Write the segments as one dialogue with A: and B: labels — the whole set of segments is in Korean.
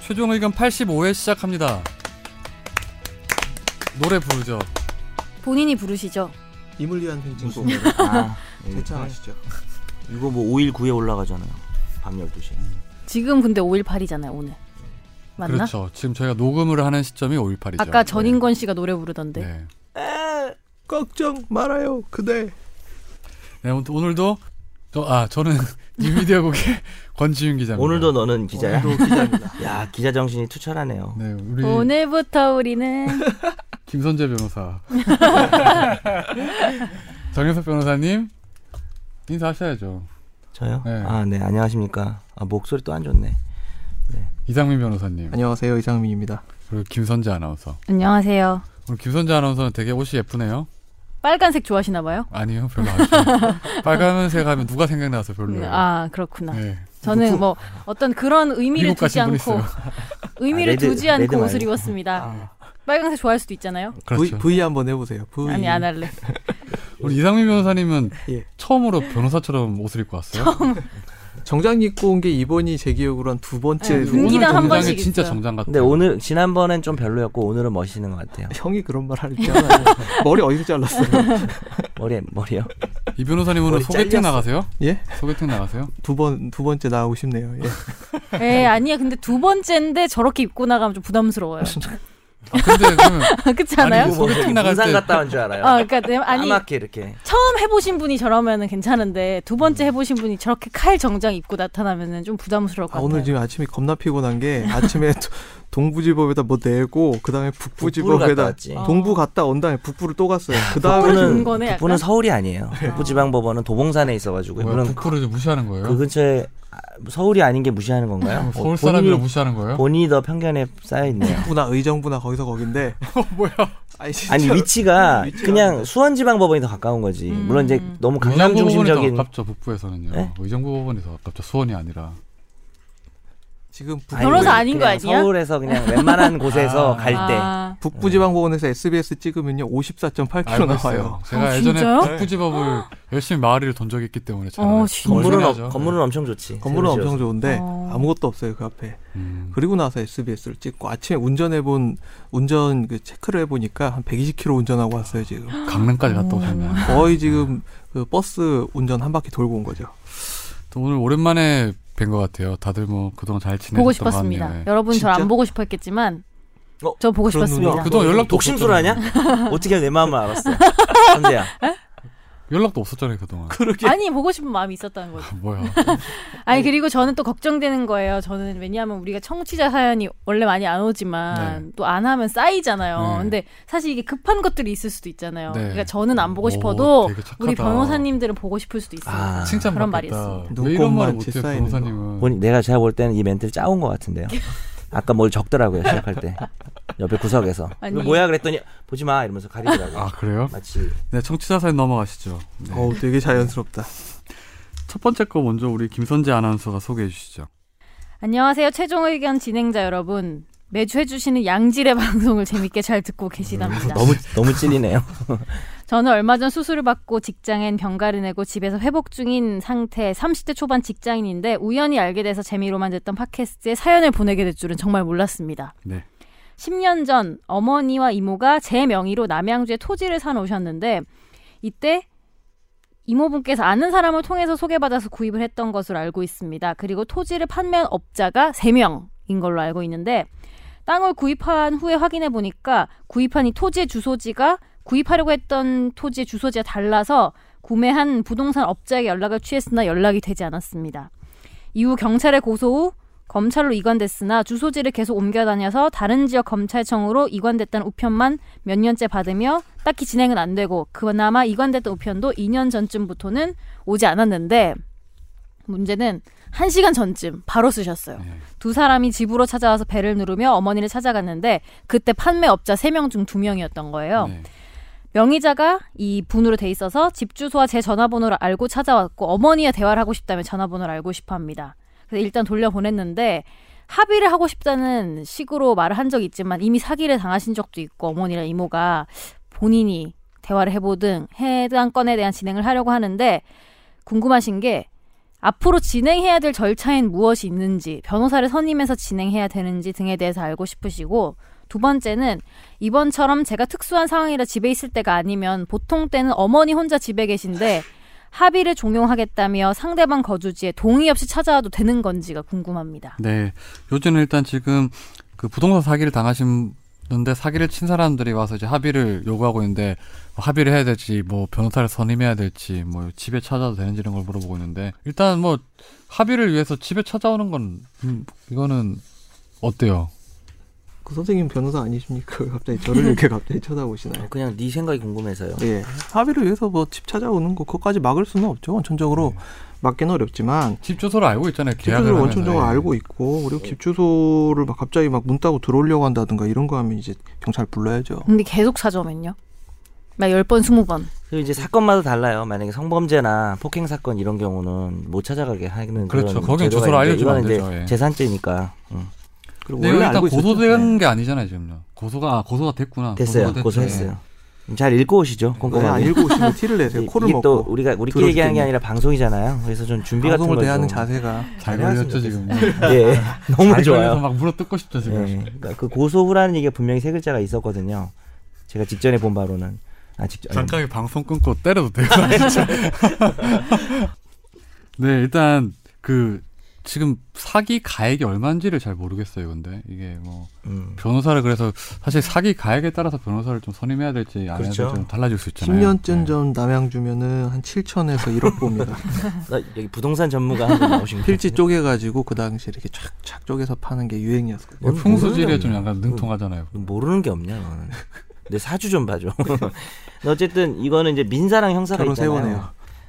A: 최종 의견 85회 시작합니다. 노래 부르죠.
B: 본인이 부르시죠.
C: 이물 위한 팬친구
D: 무슨 일을- 아,
C: 대창 아시죠?
D: 이거 뭐 5일 9에 올라가잖아요. 밤 12시.
B: 지금 근데 5.18이잖아요, 오늘. 맞나?
A: 그렇죠. 지금 저희가 녹음을 하는 시점이 5.18이죠.
B: 아까 전인권 씨가 노래 부르던데.
A: 네.
C: 걱정 말아요 그대
A: 네, 아무튼 오늘도 저, 아 저는 뉴미디어국의 권지윤 기자입니다.
D: 오늘도 너는 기자야?
C: 오늘도 기자입니다
D: 야, 기자 정신이 투철하네요.
A: 네 우리
B: 오늘부터 우리는
A: 김선재 변호사, 정현석 변호사님 인사하셔야죠.
D: 저요?
A: 네.
D: 아, 네. 안녕하십니까? 아, 목소리 또 안 좋네.
A: 이상민 변호사님
C: 안녕하세요 이상민입니다
A: 그리고 김선재 아나운서.
B: 안녕하세요.
A: 오늘 김선재 아나운서는 되게 옷이 예쁘네요.
B: 빨간색 좋아하시나 봐요?
A: 아니요 별로 안 좋아요. 빨간색 하면 누가 생각나서 별로예요.
B: 아, 그렇구나.
A: 네.
B: 저는 뭐 어떤 그런 의미를
A: 미국
B: 두지
A: 가신 분
B: 않고
A: 있어요.
B: 의미를
D: 아, 레드-
B: 두지 않고
D: 레드
B: 옷을
D: 말고.
B: 입었습니다.
D: 아,
B: 빨간색 좋아할 수도 있잖아요.
A: 그렇죠.
C: V, v 한번 해보세요
A: 네.
C: V
B: 아니 안 할래.
A: 우리 이상민 변호사님은
C: 예.
A: 처음으로 변호사처럼 옷을 입고 왔어요.
C: 정장 입고 온 게 이번이 제 기억으로 한 두 번째
B: 네,
A: 오늘
B: 분기당 한
A: 정장이
B: 번씩
A: 진짜
B: 있어요.
A: 정장 같아요.
D: 근데 오늘 지난번엔 좀 별로였고 오늘은 멋있는 것 같아요.
C: 형이 그런 말 하니까 머리 어디서 잘랐어요?
D: 머리 머리요.
A: 이 변호사님 오늘
C: 머리
A: 소개팅
C: 잘렸어.
A: 나가세요?
C: 예?
A: 소개팅 나가세요?
C: 두 번 두 번째 나오고 싶네요 예.
B: 에 아니야. 근데 두 번째인데 저렇게 입고 나가면 좀 부담스러워요.
A: 아, 근데 그러면
B: 그렇지 않아요?
A: 아니, 뭐. 소개팅 나갈
D: 등산
A: 때-
D: 뭐 갔다 온 줄 알아요.
B: 아, 그러니까 내- 아니
D: 까맣게 이렇게.
B: 처음 해보신 분이 저러면은 괜찮은데 두 번째 해보신 분이 저렇게 칼 정장 입고 나타나면은 좀 부담스러울 것
C: 아,
B: 같아요.
C: 오늘 지금 아침에 겁나 피곤한 게 아침에 도- 동부지법에다 뭐 내고 그 다음에
D: 북부를 갔다
C: 북부지법에다
D: 왔지.
C: 동부 갔다 온 다음에 북부를 또 갔어요 그
B: 북부를
C: 다음에는
B: 준 거네, 약간?
D: 북부는 서울이 아니에요. 북부지방법원은 도봉산에 있어가지고
A: 네. 뭐야,
D: 이분은
A: 국부를 좀 무시하는 거예요?
D: 그 근처에 아, 서울이 아닌 게 무시하는 건가요?
A: 어, 서울
D: 어,
A: 사람이라
D: 본인이-
A: 무시하는 거예요?
D: 본인이 더 편견에 쌓여 있네요.
C: 부나 의정부나 거기서 거긴데
A: 뭐야?
C: 어, 아니, 진짜로.
D: 아니 위치가
C: 위치가-
D: 그냥 수원지방법원이 더 가까운 거지.
B: 음.
D: 물론 이제 너무 강남
A: 의정부 법원이 더
D: 중심적인
A: 가깝죠 북부에서는요. 뭐
D: 네?
A: 의정부 법원이 더 가깝죠 수원이 아니라.
C: 지금 북부
D: 아니,
B: 변호사
D: 그냥
B: 아닌 거 아니야?
D: 서울에서 그냥 웬만한 곳에서
A: 아.
D: 갈 때.
B: 아,
C: 북부지방법원에서 SBS 찍으면요 54.8km
A: 알고
C: 나와요.
A: 있어요. 제가
B: 아,
A: 예전에
B: 진짜요?
A: 북부지법을 열심히 마을을 돈 적이 있기 때문에 잘
B: 어,
A: 알아요.
B: 진짜?
D: 건물은
A: 뭘
D: 어,
A: 해야죠?
D: 건물은 엄청 좋지.
C: 건물은
D: 새로
C: 엄청
D: 지어서.
C: 좋은데
B: 어.
C: 아무것도 없어요 그 앞에.
A: 음.
C: 그리고 나서 SBS를 찍고 아침에 운전해본 운전 그 체크를 해보니까 한 120km 운전하고 왔어요 지금.
A: 강릉까지 갔다
B: 어.
A: 오셨네요.
C: 거의 지금 그 버스 운전 한 바퀴 돌고 온 거죠.
A: 또 오늘 오랜만에 뵌 것 같아요. 다들 뭐 그동안 잘 지내셨던
B: 보고
A: 것
B: 싶었습니다.
A: 같네요. 예.
B: 여러분 저 안
C: 진짜?
B: 보고 싶었겠지만
D: 어,
B: 저 보고
C: 그런
B: 싶었습니다.
C: 눈이야.
A: 그동안 연락도
D: 독심술
A: 없었잖아요.
D: 하냐? 어떻게 내 마음을 알았어? 선재야.
A: 연락도 없었잖아요 그동안.
C: 그러게.
B: 아니 보고 싶은 마음이 있었다는 거죠.
A: 뭐야?
B: 아니 그리고 저는 또 걱정되는 거예요. 저는 왜냐하면 우리가 청취자 사연이 원래 많이 안 오지만 또 안 하면 쌓이잖아요.
A: 네.
B: 근데 사실 이게 급한 것들이 있을 수도 있잖아요.
A: 네.
B: 그러니까 저는 안 보고
A: 오,
B: 싶어도
A: 되게 착하다.
B: 우리 변호사님들은 보고 싶을 수도 있어요.
D: 아.
B: 그런
A: 칭찬받겠다.
B: 말이 있습니다.
A: 왜 이런 말을
C: 눈꽃만
A: 못해요
C: 치사이는 뭐. 거.
A: 변호사님은?
D: 본인 내가 제가 볼 때는 이 멘트를 짜온 것 같은데요. 아까 뭘 적더라고요 시작할 때 옆에 구석에서
B: 아니.
D: 이거 뭐야 그랬더니 보지 마 이러면서 가리더라고.
A: 아
D: 요
A: 그래요?
D: 마치
A: 네 청취자 사연 넘어가시죠. 네.
C: 어우 되게 자연스럽다.
A: 첫 번째 거 먼저 우리 김선재 아나운서가 소개해 주시죠.
B: 안녕하세요. 최종 의견 진행자 여러분. 매주 해주시는 양질의 방송을 재밌게 잘 듣고 계시답니다.
D: 너무 너무 찔리네요.
B: 저는 얼마 전 수술을 받고 직장엔 병가를 내고 집에서 회복 중인 상태 30대 초반 직장인인데 우연히 알게 돼서 재미로만 듣던 팟캐스트에 사연을 보내게 될 줄은 정말 몰랐습니다.
A: 네.
B: 10년 전 어머니와 이모가 제 명의로 남양주에 토지를 사 놓으셨는데 이때 이모분께서 아는 사람을 통해서 소개받아서 구입을 했던 것으로 알고 있습니다. 그리고 토지를 판매한 업자가 3명인 걸로 알고 있는데 땅을 구입한 후에 확인해 보니까 구입한 이 토지의 주소지가 구입하려고 했던 토지의 주소지와 달라서 구매한 부동산 업자에게 연락을 취했으나 연락이 되지 않았습니다. 이후 경찰에 고소 후 검찰로 이관됐으나 주소지를 계속 옮겨 다녀서 다른 지역 검찰청으로 이관됐다는 우편만 몇 년째 받으며 딱히 진행은 안 되고 그나마 이관됐던 우편도 2년 전쯤부터는 오지 않았는데 문제는 1시간 전쯤 바로 쓰셨어요.
A: 네.
B: 두 사람이 집으로 찾아와서 배를 누르며 어머니를 찾아갔는데 그때 판매업자 3명 중 2명이었던 거예요.
A: 네.
B: 명의자가 이 분으로 돼 있어서 집 주소와 제 전화번호를 알고 찾아왔고 어머니와 대화를 하고 싶다며 전화번호를 알고 싶어 합니다. 그래서 일단 돌려보냈는데 합의를 하고 싶다는 식으로 말을 한 적이 있지만 이미 사기를 당하신 적도 있고 어머니랑 이모가 본인이 대화를 해보든 해당 건에 대한 진행을 하려고 하는데 궁금하신 게 앞으로 진행해야 될 절차엔 무엇이 있는지, 변호사를 선임해서 진행해야 되는지 등에 대해서 알고 싶으시고, 두 번째는 이번처럼 제가 특수한 상황이라 집에 있을 때가 아니면 보통 때는 어머니 혼자 집에 계신데 합의를 종용하겠다며 상대방 거주지에 동의 없이 찾아와도 되는 건지가 궁금합니다.
A: 네. 요즘은 일단 지금 그 부동산 사기를 당하시는데 사기를 친 사람들이 와서 이제 합의를 요구하고 있는데 뭐 합의를 해야 될지 뭐 변호사를 선임해야 될지 뭐 집에 찾아도 되는지 이런 걸 물어보고 있는데 일단 뭐 합의를 위해서 집에 찾아오는 건 음, 이거는 어때요?
C: 그 선생님 변호사 아니십니까? 왜 갑자기 저를 이렇게 갑자기 쳐다보시나요?
D: 그냥 네 생각이 궁금해서요.
C: 예. 합의를 위해서 뭐 집 찾아오는 거 그것까지 막을 수는 없죠. 원천적으로
A: 네.
C: 막기는 어렵지만
A: 집 주소를 알고 있잖아요.
C: 집
A: 계약을
C: 주소를
A: 하면서.
C: 원천적으로
A: 예.
C: 알고 있고 그리고 집 주소를 막 갑자기 막 문 따고 들어오려고 한다든가 이런 거 하면 이제 경찰 불러야죠.
B: 근데 계속 찾아오면요? 막 10번, 20번.
D: 그리고 이제 사건마다 달라요. 만약에 성범죄나 폭행 사건 이런 경우는 못 찾아가게 하는
A: 그렇죠.
D: 그런
A: 거긴
D: 제도가
A: 주소를
D: 있는데
A: 알려주면 안
D: 이거는 이제
A: 되죠, 예.
D: 재산죄니까 음,
C: 그리고
A: 근데
C: 원래
A: 네, 일단
C: 알고 있었죠. 네.
A: 고소된 게 아니잖아요, 지금요. 고소가 아, 고소가 됐구나.
D: 됐어요.
A: 고소가 됐죠. 아,
D: 고소했어요. 잘 읽고 오시죠.
C: 네, 안
D: 꼼꼼하게.
C: 읽고 오시면 티를 내세요.
D: 이-
C: 코를
D: 이게 또
C: 먹고
D: 우리가 우리끼리
C: 들어줄
D: 얘기하는 게
C: 때는.
D: 아니라 방송이잖아요. 그래서 좀 준비 같은
C: 방송을
D: 걸
C: 대하는
D: 좀-
C: 자세가
A: 잘
D: 잘해왔으면
A: 걸렸죠 지금.
D: 예, 예. 너무
A: 잘 걸려서
D: 좋아요.
A: 막 물어 뜯고 싶죠 지금.
D: 예, 그러니까 그 고소 후라는 얘기가 분명히 세 글자가 있었거든요. 제가 직전에 본 바로는 아 직전 아니,
A: 잠깐 방송 끊고 때려도 돼요, 진짜. 네, 일단 그 지금 사기 가액이 얼마인지를 잘 모르겠어요. 근데 이게 뭐
D: 음.
A: 변호사를 그래서 사실 사기 가액에 따라서 변호사를 좀 선임해야 될지 안 해야 될지
D: 그렇죠.
A: 좀 달라질 수 있잖아요.
C: 10년쯤
A: 네.
C: 전 남양주면은 한 7천에서 1억 봅니다.
D: 나 여기 부동산 전무가 한분 나오신 거.
C: 필지 쪼개가지고 그 당시에 이렇게 촥촥 쪼개서 파는 게 유행이었어요.
A: 이거
D: 뭔-
A: 풍수질에 좀
D: 모르는
A: 약간
D: 거.
A: 능통하잖아요.
D: 모르는 게 없냐 너는. 내 사주 좀 봐줘. 근데 어쨌든 이거는 이제 민사랑 형사가
C: 결혼
D: 있잖아요. 어,
C: 세워네요.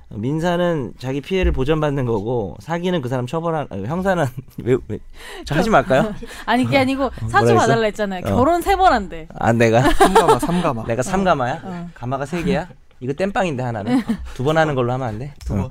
D: 민사는 자기 피해를 보전받는 거고 사기는 그 사람 처벌한 아니, 형사는 왜, 왜? 저 하지 말까요?
B: 아니 그게 아니고 사주
D: 뭐라
B: 봐달라 했잖아요.
D: 어.
B: 결혼 세 번 한대.
D: 아 내가
C: 삼가마 삼가마.
D: 내가 삼가마야? 가마가 세 개야? 이거 땜빵인데 하나는 두 번 하는 걸로 하면 안 돼? 두 번.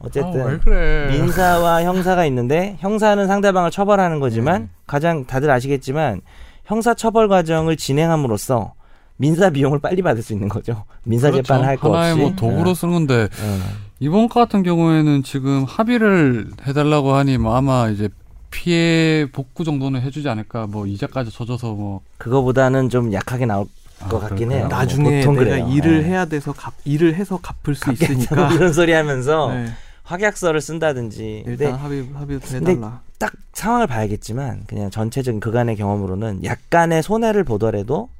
D: 어쨌든
A: 아, 왜 그래?
D: 민사와 형사가 있는데 형사는 상대방을 처벌하는 거지만
A: 네.
D: 가장 다들 아시겠지만 형사 처벌 과정을 진행함으로써 민사 비용을 빨리 받을 수 있는 거죠. 민사
A: 그렇죠.
D: 재판 할 거
A: 하나의
D: 없이.
A: 뭐 도구로 쓰는 건데
D: 어, 어.
A: 이번 거 같은 경우에는 지금 합의를 해달라고 하니 뭐 아마 이제 피해 복구 정도는 해주지 않을까 뭐 이자까지 쳐줘서 뭐
D: 그거보다는 좀 약하게 나올
A: 아,
D: 것 같긴
A: 그럴까요?
D: 해요.
C: 나중에
D: 보통
C: 내가
D: 그래요.
C: 일을
D: 네.
C: 해야 돼서 갚, 일을 해서 갚을 수 있으니까
D: 이런 소리 하면서
C: 네,
D: 확약서를 쓴다든지.
C: 일단
D: 근데
C: 합의 합의부터
D: 네. 근데-
C: 해달라.
D: 딱 상황을 봐야겠지만 그냥 전체적인 그간의 경험으로는 약간의 손해를 보더라도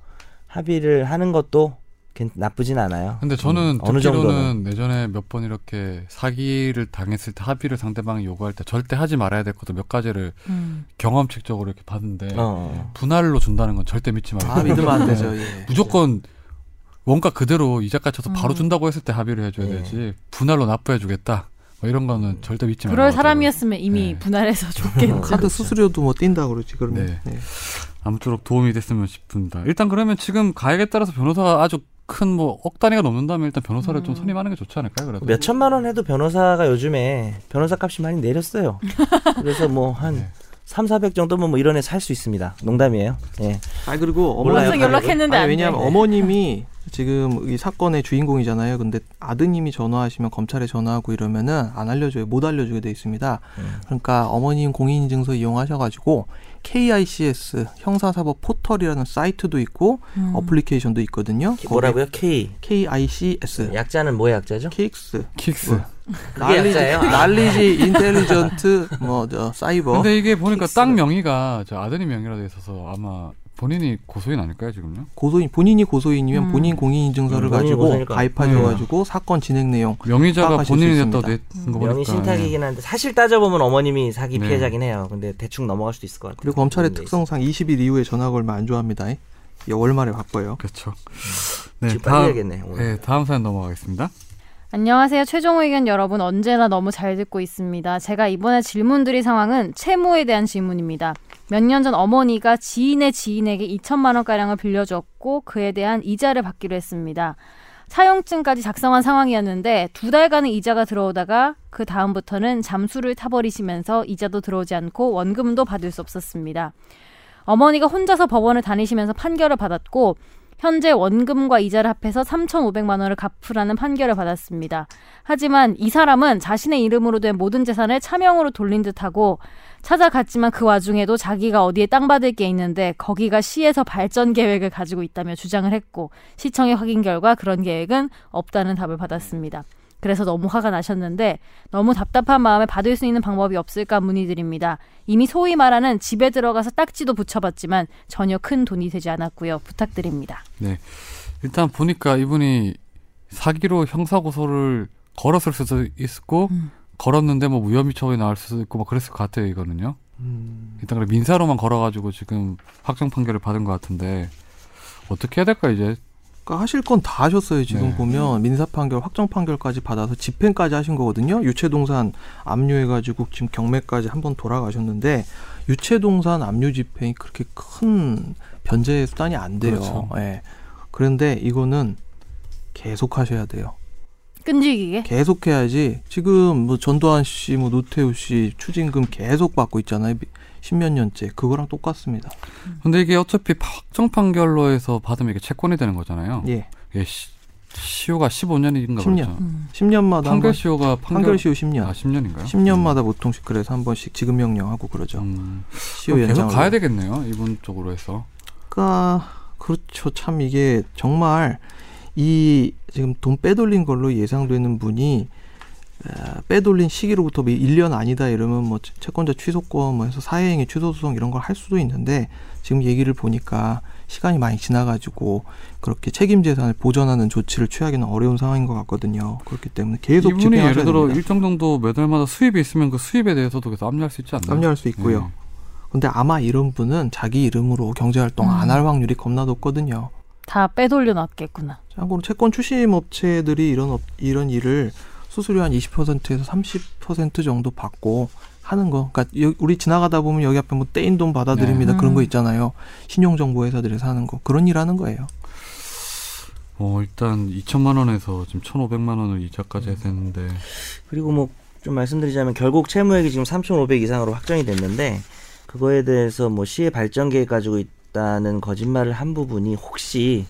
D: 합의를 하는 것도 괜- 나쁘진 않아요.
A: 근데 저는
D: 음, 어느 정도는
A: 듣기로는 예전에 몇 번 이렇게 사기를 당했을 때 합의를 상대방이 요구할 때 절대 하지 말아야 될 것도 몇 가지를
B: 음.
A: 경험칙적으로 이렇게 봤는데
D: 어, 어.
A: 분할로 준다는 건 절대 믿지 말고
C: 아 믿으면
A: 네.
C: 안 되죠. 예.
A: 무조건 원가 그대로 이자까지 쳐서 바로
B: 음.
A: 준다고 했을 때 합의를 해줘야
D: 예.
A: 되지 분할로 납부해주겠다 뭐 이런 거는 절대 믿지 말고
B: 음. 그럴 사람이었으면 이미
A: 음, 네.
B: 분할해서
D: 어,
B: 줬겠죠.
D: 그렇죠.
C: 카드 수수료도 뭐 뛴다 그러지 그러면.
A: 네.
C: 네.
A: 아무쪼록 도움이 됐으면 싶습니다. 일단 그러면 지금 가액에 따라서 변호사가 아주 큰 뭐 억 단위가 넘는다면 일단 변호사를 좀
B: 음.
A: 선임하는 게 좋지 않을까요? 그래도
D: 몇 천만 원 해도 변호사가 요즘에 변호사 값이 많이 내렸어요. 그래서 뭐
A: 네.
D: 한 삼, 사백 정도면 뭐 이런 애 살 수 있습니다. 농담이에요. 예.
C: 아 그리고 어머니
D: 몰라요,
B: 엄청 연락했는데
C: 아니,
B: 안 돼.
C: 왜냐하면 어머님이 지금 이 사건의 주인공이잖아요. 근데 아드님이 전화하시면 검찰에 전화하고 이러면은 안 알려줘요. 못 알려주게 돼 있습니다.
D: 음.
C: 그러니까 어머님 공인인증서 이용하셔가지고 KICS 형사사법 포털이라는 사이트도 있고
B: 음.
C: 어플리케이션도 있거든요.
D: 뭐라고요? K.
C: 거기 KICS,
D: 약자는 뭐의 약자죠?
C: KX,
A: 킥스.
C: 뭐, 날리지,
D: 약자예요? 아.
C: 날리지 인텔리전트 뭐 저 사이버.
A: 근데 이게 보니까
D: 킥스가.
A: 땅 명의가 저 아드님 명의라 돼 있어서 아마 본인이 고소인 아닐까요 지금요?
C: 고소인 본인이 고소인이면
B: 음.
C: 본인 공인인증서를
D: 음, 본인
C: 가지고
D: 고소니까.
C: 가입하셔가지고 사건 진행 내용
A: 명의자가
C: 파악하실
A: 본인이
C: 수
A: 냈다고
C: 있습니다.
A: 냈는 거 보니까 예.
D: 명의 신탁이긴 한데 네. 사실 따져보면 어머님이 사기
A: 네.
D: 피해자긴 해요. 근데 대충 넘어갈 수도 있을 것 같아요. 음, 네.
C: 그리고 검찰의
D: 근데
C: 특성상 20일 이후에 전화 걸면 안 좋아합니다. 이. 이 월말에 바빠요.
A: 그렇죠.
D: 지금
A: 네
D: 빨리
A: 다음
D: 해야겠네. 오늘.
A: 네 다음 사연 넘어가겠습니다.
B: 안녕하세요. 최종 의견 여러분 언제나 너무 잘 듣고 있습니다. 제가 이번에 질문드릴 상황은 채무에 대한 질문입니다. 몇 년 전 어머니가 지인의 지인에게 2천만 원가량을 빌려줬고 그에 대한 이자를 받기로 했습니다. 사용증까지 작성한 상황이었는데 두 달간의 이자가 들어오다가 그 다음부터는 잠수를 타버리시면서 이자도 들어오지 않고 원금도 받을 수 없었습니다. 어머니가 혼자서 법원을 다니시면서 판결을 받았고 현재 원금과 이자를 합해서 3,500만 원을 갚으라는 판결을 받았습니다. 하지만 이 사람은 자신의 이름으로 된 모든 재산을 차명으로 돌린 듯하고 찾아갔지만 그 와중에도 자기가 어디에 땅 받을 게 있는데 거기가 시에서 발전 계획을 가지고 있다며 주장을 했고 시청의 확인 결과 그런 계획은 없다는 답을 받았습니다. 그래서 너무 화가 나셨는데 너무 답답한 마음에 받을 수 있는 방법이 없을까 문의드립니다. 이미 소위 말하는 집에 들어가서 딱지도 붙여봤지만 전혀 큰 돈이 되지 않았고요. 부탁드립니다.
A: 일단 보니까 이분이 사기로 형사 고소를 걸었을 수도 있고
B: 음.
A: 걸었는데 뭐 무혐의 처분이 나올 수도 있고 막 그랬을 것 같아요 이거는요.
C: 음.
A: 일단 그래 민사로만 걸어가지고 지금 확정 판결을 받은 것 같은데 어떻게 해야 될까 이제
C: 그러니까 하실 건 다 하셨어요. 지금
A: 네.
C: 보면 민사 판결, 확정 판결까지 받아서 집행까지 하신 거거든요. 유체동산 압류해가지고 지금 경매까지 한번 돌아가셨는데 유체동산 압류 집행이 그렇게 큰 변제 수단이 안 돼요.
A: 그렇죠.
C: 예. 그런데 이거는 계속 하셔야 돼요.
B: 끈질기게.
C: 계속 해야지. 지금 뭐 전두환 씨, 뭐 노태우 씨 추징금 계속 받고 있잖아요. 미- 십몇 년째 그거랑 똑같습니다.
A: 근데 이게 어차피 확정 판결로 해서 받으면 이게 채권이 되는 거잖아요.
C: 예,
A: 이게 시, 시효가 15년인가
C: 10년.
A: 그렇죠.
B: 음.
C: 10년마다
A: 판결 시효가 판결,
C: 판결 시효 10년.
A: 아 10년인가요? 음.
C: 10년마다 보통씩 그래서 한 번씩 지금 명령하고 그러죠. 시효
A: 계속
C: 연장.
A: 가야 되겠네요 이분 쪽으로 해서.
C: 그러니까 그렇죠. 참 이게 정말 이 지금 돈 빼돌린 걸로 예상되는 분이 어, 빼돌린 시기로부터 뭐 1년 아니다 이러면 뭐 채- 채권자 취소권 뭐 해서 사회행위 취소 소송 이런 걸 할 수도 있는데 지금 얘기를 보니까 시간이 많이 지나가지고 그렇게 책임 재산을 보전하는 조치를 취하기는 어려운 상황인 것 같거든요. 그렇기 때문에 계속
A: 이분이
C: 집행하셔야
A: 예를 들어
C: 됩니다.
A: 일정 정도 매달마다 수입이 있으면 그 수입에 대해서도 계속 압류할 수 있지 않나요? 예.
C: 압류할 수 있고요.
A: 음.
C: 근데 아마 이런 분은 자기 이름으로 경제활동 안 할 확률이 겁나 높거든요.
B: 다 빼돌려 놨겠구나.
C: 참고로 채권 추심 업체들이 이런 업- 이런 일을 수수료 한 20%에서 30% 정도 받고 하는 거. 그러니까 여- 우리 지나가다 보면 여기 앞에 뭐 떼인 돈 받아들입니다
B: 네.
C: 그런 거
B: 음.
C: 있잖아요. 신용정보 회사들에서 하는 거 그런 일 하는 거예요.
A: 어, 일단 2천만 원에서 지금 1,500만 원을 이자까지 해서 했는데
D: 그리고 뭐 좀 말씀드리자면 결국 채무액이 지금 3,500 이상으로 확정이 됐는데 그거에 대해서 뭐 시의 발전 계획 가지고 있다는 거짓말을 한 부분이 혹시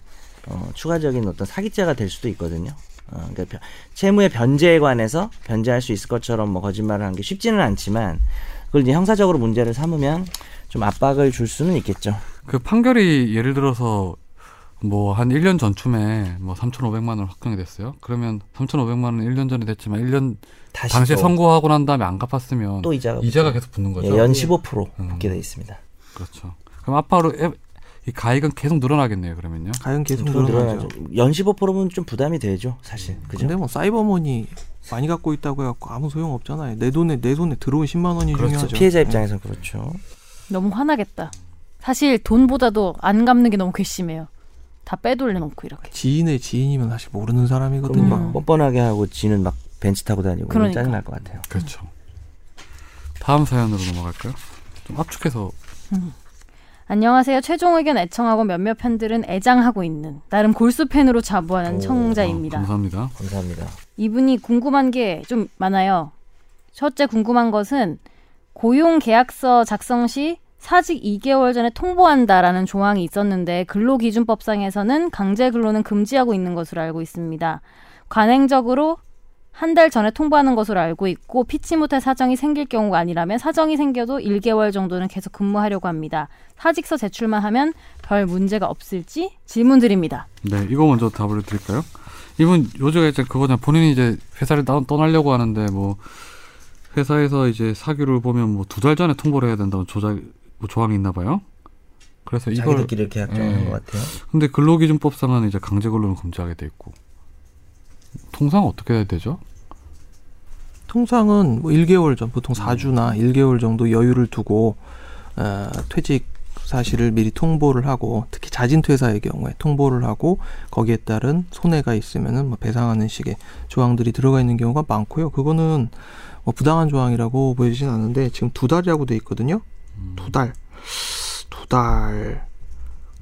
D: 어, 추가적인 어떤 사기죄가 될 수도 있거든요. 어, 그러니까 변- 채무의 변제에 관해서 변제할 수 있을 것처럼 뭐 거짓말을 한 게 쉽지는 않지만 그걸 이제 형사적으로 문제를 삼으면 좀 압박을 줄 수는 있겠죠.
A: 그 판결이 예를 들어서 뭐 한 1년 전쯤에 뭐 3,500만 원 확정이 됐어요. 그러면 3,500만 원은 1년 전에 됐지만 1년
D: 다시
A: 당시에
D: 또,
A: 선고하고 난 다음에 안 갚았으면
D: 또 이자가
A: 이자가 계속 붙는 거죠.
C: 네,
D: 예, 연15%
A: 음.
D: 붙게 돼 있습니다.
A: 그렇죠. 그럼 앞으로 앱- 이 가액은 계속 늘어나겠네요. 그러면요.
C: 가연 계속
D: 좀
C: 늘어나죠.
D: 연 15%면 좀 부담이 되죠, 사실. 그죠?
C: 근데 뭐 사이버머니 많이 갖고 있다고 해갖고 아무 소용 없잖아요. 내 돈에 내 손에 들어온 10만 원이
A: 그렇죠.
C: 중요하죠. 네.
D: 피해자 입장에선 그렇죠.
B: 너무 화나겠다. 사실 돈보다도 안 갚는 게 너무 괘씸해요. 다 빼돌려 놓고 이렇게.
C: 지인의 지인이면 사실 모르는 사람이거든요.
B: 음.
D: 막 뻔뻔하게 하고 지는 막 벤치 타고 다니고
B: 그러니까.
D: 짜증날 것 같아요.
A: 그렇죠. 다음 사연으로 넘어갈까요? 좀 압축해서
B: 안녕하세요. 최종 의견 애청하고 몇몇 팬들은 애장하고 있는 나름 골수 팬으로 자부하는
D: 오,
B: 청자입니다.
A: 아, 감사합니다.
D: 감사합니다.
B: 이분이 궁금한 게 좀 많아요. 첫째 궁금한 것은 고용 계약서 작성 시 사직 2개월 전에 통보한다라는 조항이 있었는데 근로기준법상에서는 강제 근로는 금지하고 있는 것으로 알고 있습니다. 관행적으로 한 달 전에 통보하는 것으로 알고 있고 피치 못할 사정이 생길 경우가 아니라면 사정이 생겨도 1개월 정도는 계속 근무하려고 합니다. 사직서 제출만 하면 별 문제가 없을지 질문드립니다.
A: 네, 이거 먼저 답을 드릴까요? 이분 요즘에 이제 그거잖아. 본인이 이제 회사를 나- 떠나려고 하는데 뭐 회사에서 이제 사규를 보면 뭐 두 달 전에 통보를 해야 된다는 조작 뭐 조항이 있나 봐요. 그래서 이걸
D: 자기들끼리 이렇게
A: 예.
D: 약정하는
C: 음.
D: 것 같아요.
A: 근데 근로기준법상은 이제 강제 근로는 금지하게 돼 있고 통상 어떻게 해야 되죠?
C: 통상은 뭐 1개월 전 보통 4주나 1개월 정도 여유를 두고 어, 퇴직 사실을 미리 통보를 하고 특히 자진 퇴사의 경우에 통보를 하고 거기에 따른 손해가 있으면은 뭐 배상하는 식의 조항들이 들어가 있는 경우가 많고요. 그거는 뭐 부당한 조항이라고 보이진 않는데 지금 두 달이라고 돼 있거든요. 두 달. 두 달.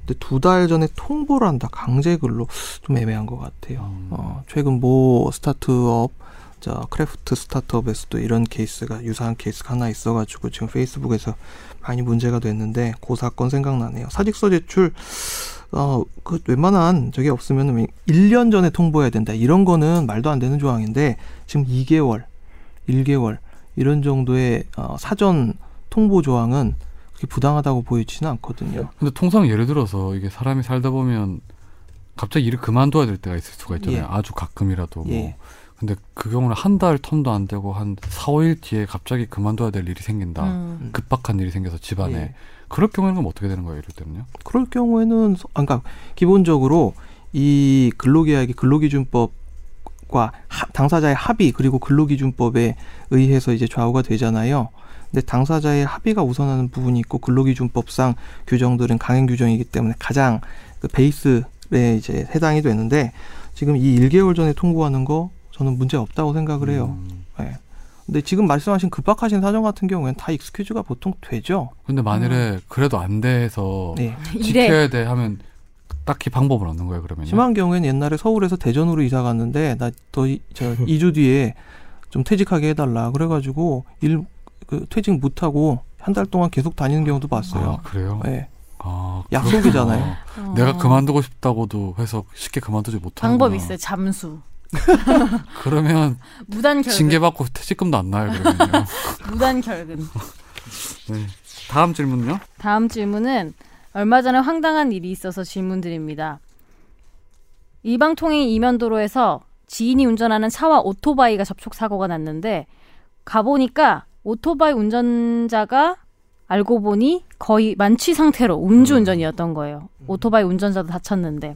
C: 근데 두 달 전에 통보를 한다. 강제 근로 좀 애매한 것 같아요.
A: 음.
C: 어, 최근 모 스타트업 자, 크래프트 스타트업에서도 이런 케이스가 유사한 케이스가 하나 있어가지고 지금 페이스북에서 많이 문제가 됐는데 그 사건 생각나네요. 사직서 제출 어, 그 웬만한 저게 없으면 1년 전에 통보해야 된다. 이런 거는 말도 안 되는 조항인데 지금 2개월, 1개월 이런 정도의 어, 사전 통보 조항은 그렇게 부당하다고 보이지는 않거든요.
A: 근데 통상 예를 들어서 이게 사람이 살다 보면 갑자기 일을 그만둬야 될 때가 있을 수가 있잖아요.
C: 예.
A: 아주 가끔이라도 뭐.
C: 예.
A: 근데 그 경우는 한 달 텀도 안 되고 한 4, 5일 뒤에 갑자기 그만둬야 될 일이 생긴다.
B: 음.
A: 급박한 일이 생겨서 집안에
C: 예.
A: 그럴 경우에는 그럼 어떻게 되는 거예요, 이럴 때는요?
C: 그럴 경우에는 서- 아, 그러니까 기본적으로 이 근로계약이 근로기준법과 하- 당사자의 합의 그리고 근로기준법에 의해서 이제 좌우가 되잖아요. 근데 당사자의 합의가 우선하는 부분이 있고 근로기준법상 규정들은 강행 규정이기 때문에 가장 그 베이스에 이제 해당이 되는데 지금 이 1개월 전에 통보하는 거 저는 문제 없다고 생각을 해요.
A: 음.
C: 예. 근데 지금 말씀하신 급박하신 사정 같은 경우에는 다 익스큐즈가 보통 되죠.
A: 근데 만일에 그래도 안 돼서
C: 음. 네.
B: 이래
A: 지켜야 돼 하면 딱히 방법은 없는 거예요, 아, 그러면.
C: 심한 경우에는 옛날에 서울에서 대전으로 이사 갔는데 나더저
A: 음.
C: 2주 뒤에 좀 퇴직하게 해달라 그래가지고 일 그 퇴직 못하고 한 달 동안 계속 다니는 경우도 봤어요.
A: 아, 그래요?
C: 네.
A: 아,
C: 약속이잖아요.
A: 그렇구나.
B: 어.
A: 내가 그만두고 아. 싶다고도 해서 쉽게 그만두지 못하는
B: 방법 이 있어요. 잠수.
A: 그러면
B: 무단 결근.
A: 징계받고 퇴직금도 안 나요, 그러면요.
B: 네. 무단 결근.
A: 네. 다음 질문요?
B: 다음 질문은 얼마 전에 황당한 일이 있어서 질문드립니다. 이방통행 이면도로에서 지인이 운전하는 차와 오토바이가 접촉 사고가 났는데 가보니까 오토바이 운전자가 알고 보니 거의 만취 상태로 음주운전이었던 거예요. 오토바이 운전자도 다쳤는데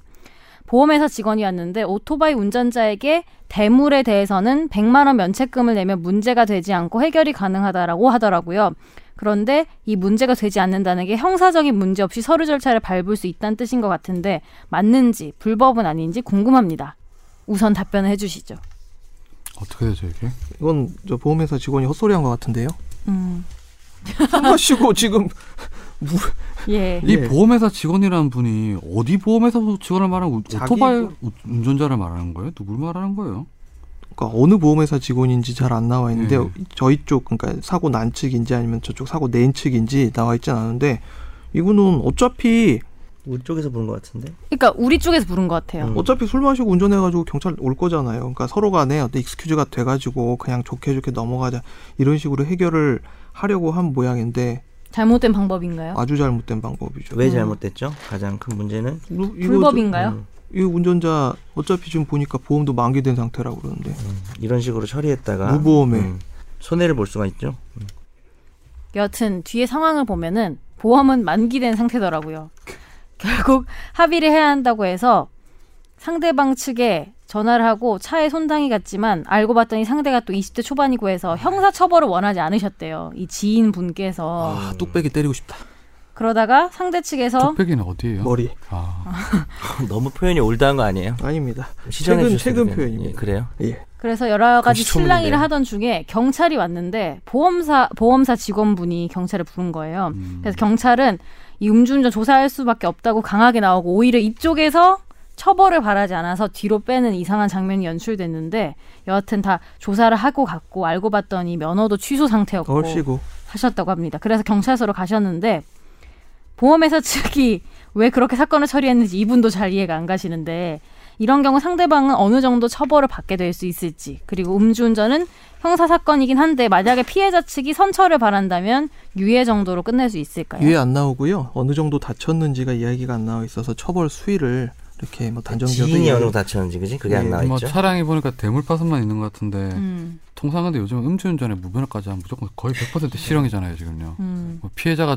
B: 보험회사 직원이 왔는데 오토바이 운전자에게 대물에 대해서는 100만 원 면책금을 내면 문제가 되지 않고 해결이 가능하다라고 하더라고요. 그런데 이 문제가 되지 않는다는 게 형사적인 문제 없이 서류 절차를 밟을 수 있다는 뜻인 것 같은데 맞는지 불법은 아닌지 궁금합니다. 우선 답변을 해주시죠.
A: 어떻게 되죠, 이게?
C: 이건 저 보험회사 직원이 헛소리한 것 같은데요.
B: 음,
C: 술 마시고 지금 무-
B: 예.
A: 이
C: 예.
A: 보험회사 직원이라는 분이 어디 보험회사 직원을 말하는 우-
C: 자기
A: 오토바이
C: 보-
A: 우- 운전자를 말하는 거예요? 누굴 말하는 거예요?
C: 그러니까 어느 보험회사 직원인지 잘 안 나와 있는데
A: 예.
C: 저희 쪽 그러니까 사고 난 측인지 아니면 저쪽 사고 낸 측인지 나와 있진 않은데 이거는 어차피
D: 우리 쪽에서 보는 것 같은데.
B: 그러니까 우리 쪽에서 부른 것 같아요.
D: 음.
C: 어차피 술 마시고 운전해가지고 경찰 올 거잖아요. 그러니까 서로 간에 어떤 익스큐즈가 돼가지고 그냥 좋게 좋게 넘어가자 이런 식으로 해결을 하려고 한 모양인데
B: 네. 잘못된 방법인가요?
C: 아주 잘못된 방법이죠.
D: 왜
B: 음.
D: 잘못됐죠? 가장 큰 문제는
C: 이거- 이거
B: 불법인가요?
D: 음,
C: 저- 이 운전자 어차피 지금 보니까 보험도 만기된 상태라고 그러는데
D: 음, 이런 식으로 처리했다가
C: 무보험에.
D: 음. 손해를 볼 수가 있죠.
B: 여튼 뒤에 상황을 보면은 보험은 만기된 상태더라고요. 결국 합의를 해야 한다고 해서 상대방 측에 전화를 하고 차에 손상이 갔지만 알고 봤더니 상대가 또 20대 초반이고 해서 형사 처벌을 원하지 않으셨대요. 이 지인 분께서
C: 아 뚝배기 때리고 싶다
B: 그러다가 상대 측에서
A: 뚝배기는 어디예요?
B: 뭐
C: 머리
A: 아,
D: 너무 표현이 올드한 거 아니에요?
C: 아닙니다.
D: 시전해
C: 최근-
D: 주셨어야
C: 최근
D: 되는데.
C: 표현입니다.
D: 예, 그래요?
C: 예
B: 그래서 여러 가지
D: 금시초문인데.
B: 실랑이를 하던 중에 경찰이 왔는데 보험사 보험사 직원분이 경찰을 부른 거예요.
A: 음.
B: 그래서 경찰은 이 음주운전 조사할 수밖에 없다고 강하게 나오고 오히려 이쪽에서 처벌을 바라지 않아서 뒤로 빼는 이상한 장면이 연출됐는데 여하튼 다 조사를 하고 갔고 알고 봤더니 면허도 취소 상태였고
C: 얼씨구
B: 하셨다고 합니다. 그래서 경찰서로 가셨는데 보험회사 측이 왜 그렇게 사건을 처리했는지 이분도 잘 이해가 안 가시는데 이런 경우 상대방은 어느 정도 처벌을 받게 될 수 있을지 그리고 음주운전은 형사 사건이긴 한데 만약에 피해자 측이 선처를 바란다면 유예 정도로 끝낼 수 있을까요?
C: 위에 안 나오고요. 어느 정도 다쳤는지가 이야기가 안 나와 있어서 처벌 수위를 이렇게 뭐 단정적으로
D: 지인이 어느 정도
C: 이야기-
D: 다쳤는지 그지? 그게
C: 예,
D: 안 나와
A: 뭐
D: 있죠.
A: 차량이 보니까 대물파손만 있는 것 같은데
B: 음,
A: 통상 근데 요즘 음주운전에 무면허까지 하면 무조건 거의 100% 실형이잖아요, 지금요.
B: 음.
A: 뭐 피해자가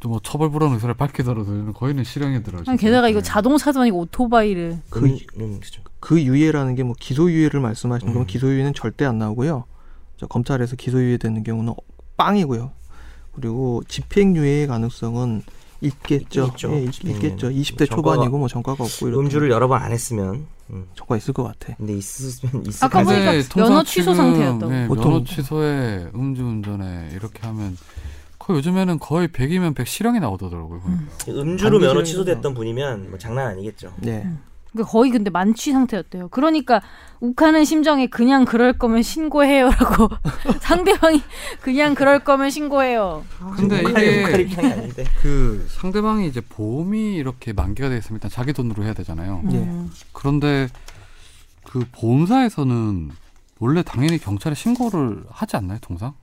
A: 또뭐 처벌 불허 의사를 밝히더라도 거의는 실형이 들어요.
B: 아니, 게다가
A: 네.
B: 이거 자동차도 아니고 오토바이를
D: 그, 음, 음, 그죠.
C: 그 유예라는 게 뭐 기소유예를 말씀하시는 거면
D: 음.
C: 기소유예는 절대 안 나오고요. 저 검찰에서 기소유예 되는 경우는 빵이고요. 그리고 집행유예의 가능성은 있겠죠.
D: 있- 있죠.
C: 예, 있,
D: 집행유예는.
C: 겠죠 20대
D: 전과가-
C: 초반이고 뭐 전과가 없고 이렇게
D: 음주를 여러 번 안 했으면. 음.
C: 전과 있을 것 같아.
D: 근데 있으면 있을
B: 아까
D: 가능성이
B: 그러니까 보니까 면허 취소 상태였다고.
A: 예,
C: 보통-
A: 면허 취소에 음주운전에 이렇게 하면 거의 요즘에는 거의
B: 음.
A: 100이면 100 실형이 나오더라고요. 보니까.
D: 음주로 면허
C: 반드시
D: 취소됐던 분이면 뭐 장난 아니겠죠.
C: 네.
B: 그러니까 거의 근데 만취 상태였대요. 그러니까 욱하는 심정에 그냥 그럴 거면 신고해요라고 상대방이 그냥 그럴 거면 신고해요.
A: 근데
D: 칼이
A: 이게
D: 편이 아닌데.
A: 그 상대방이 이제 보험이 이렇게 만기가 돼 있으면 일단 자기 돈으로 해야 되잖아요.
C: 예.
B: 음.
A: 그런데 그 보험사에서는 원래 당연히 경찰에 신고를 하지 않나요, 통상?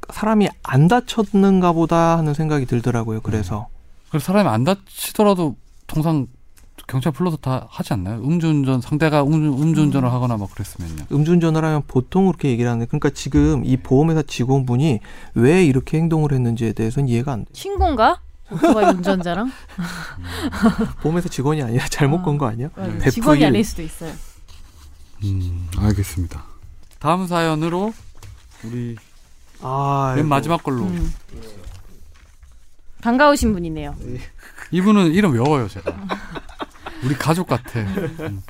C: 그러니까 사람이 안 다쳤는가 보다 하는 생각이 들더라고요. 그래서
A: 그래서 사람이 안 다치더라도 통상 경찰 불러서 다 하지 않나요? 음주운전 상대가 음주, 음주운전을 하거나 막 그랬으면요.
C: 음주운전을 하면 보통 그렇게 얘기를 하는데 그러니까 지금 이 보험회사 직원분이 왜 이렇게 행동을 했는지에 대해서는 이해가 안 돼.
B: 친구인가? 오토바이 운전자랑
C: 보험회사 직원이 아니라 잘못 건 거 아니야?
A: 네.
B: 예, 직원이
C: 음. 베프일.
B: 아닐 수도 있어요.
A: 음, 알겠습니다. 다음 사연으로 우리
C: 아,
A: 맨 마지막 걸로
B: 음. 반가우신 분이네요.
A: 이분은 이름 외워요 제가. 우리 가족 같아. 음.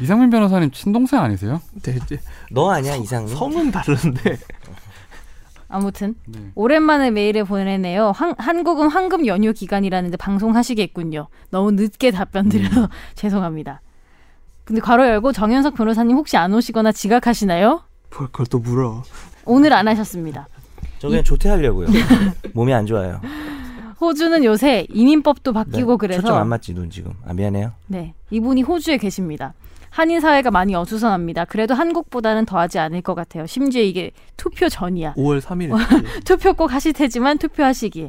A: 이상민 변호사님 친동생 아니세요?
C: 네, 이제
D: 너 아니야 이상민?
C: 성은 다른데
B: 아무튼
A: 네.
B: 오랜만에 메일을 보내네요. 황- 한국은 황금 연휴 기간이라는데 방송하시겠군요. 너무 늦게 답변드려서 죄송합니다. 근데 괄호 열고 정현석 변호사님 혹시 안 오시거나 지각하시나요?
C: 뭘 그걸 또 물어.
B: 오늘 안 하셨습니다.
D: 저 그냥 조퇴하려고요. 몸이 안 좋아요.
B: 호주는 요새 이민법도
D: 네.
B: 바뀌고 그래서
D: 초점 안 맞지 눈 지금. 아 미안해요.
B: 네, 이분이 호주에 계십니다. 한인 사회가 많이 어수선합니다. 그래도 한국보다는 더하지 않을 것 같아요. 심지어 이게 투표 전이야.
C: 5월 3일.
B: 투표 꼭 하실 테지만 투표하시기.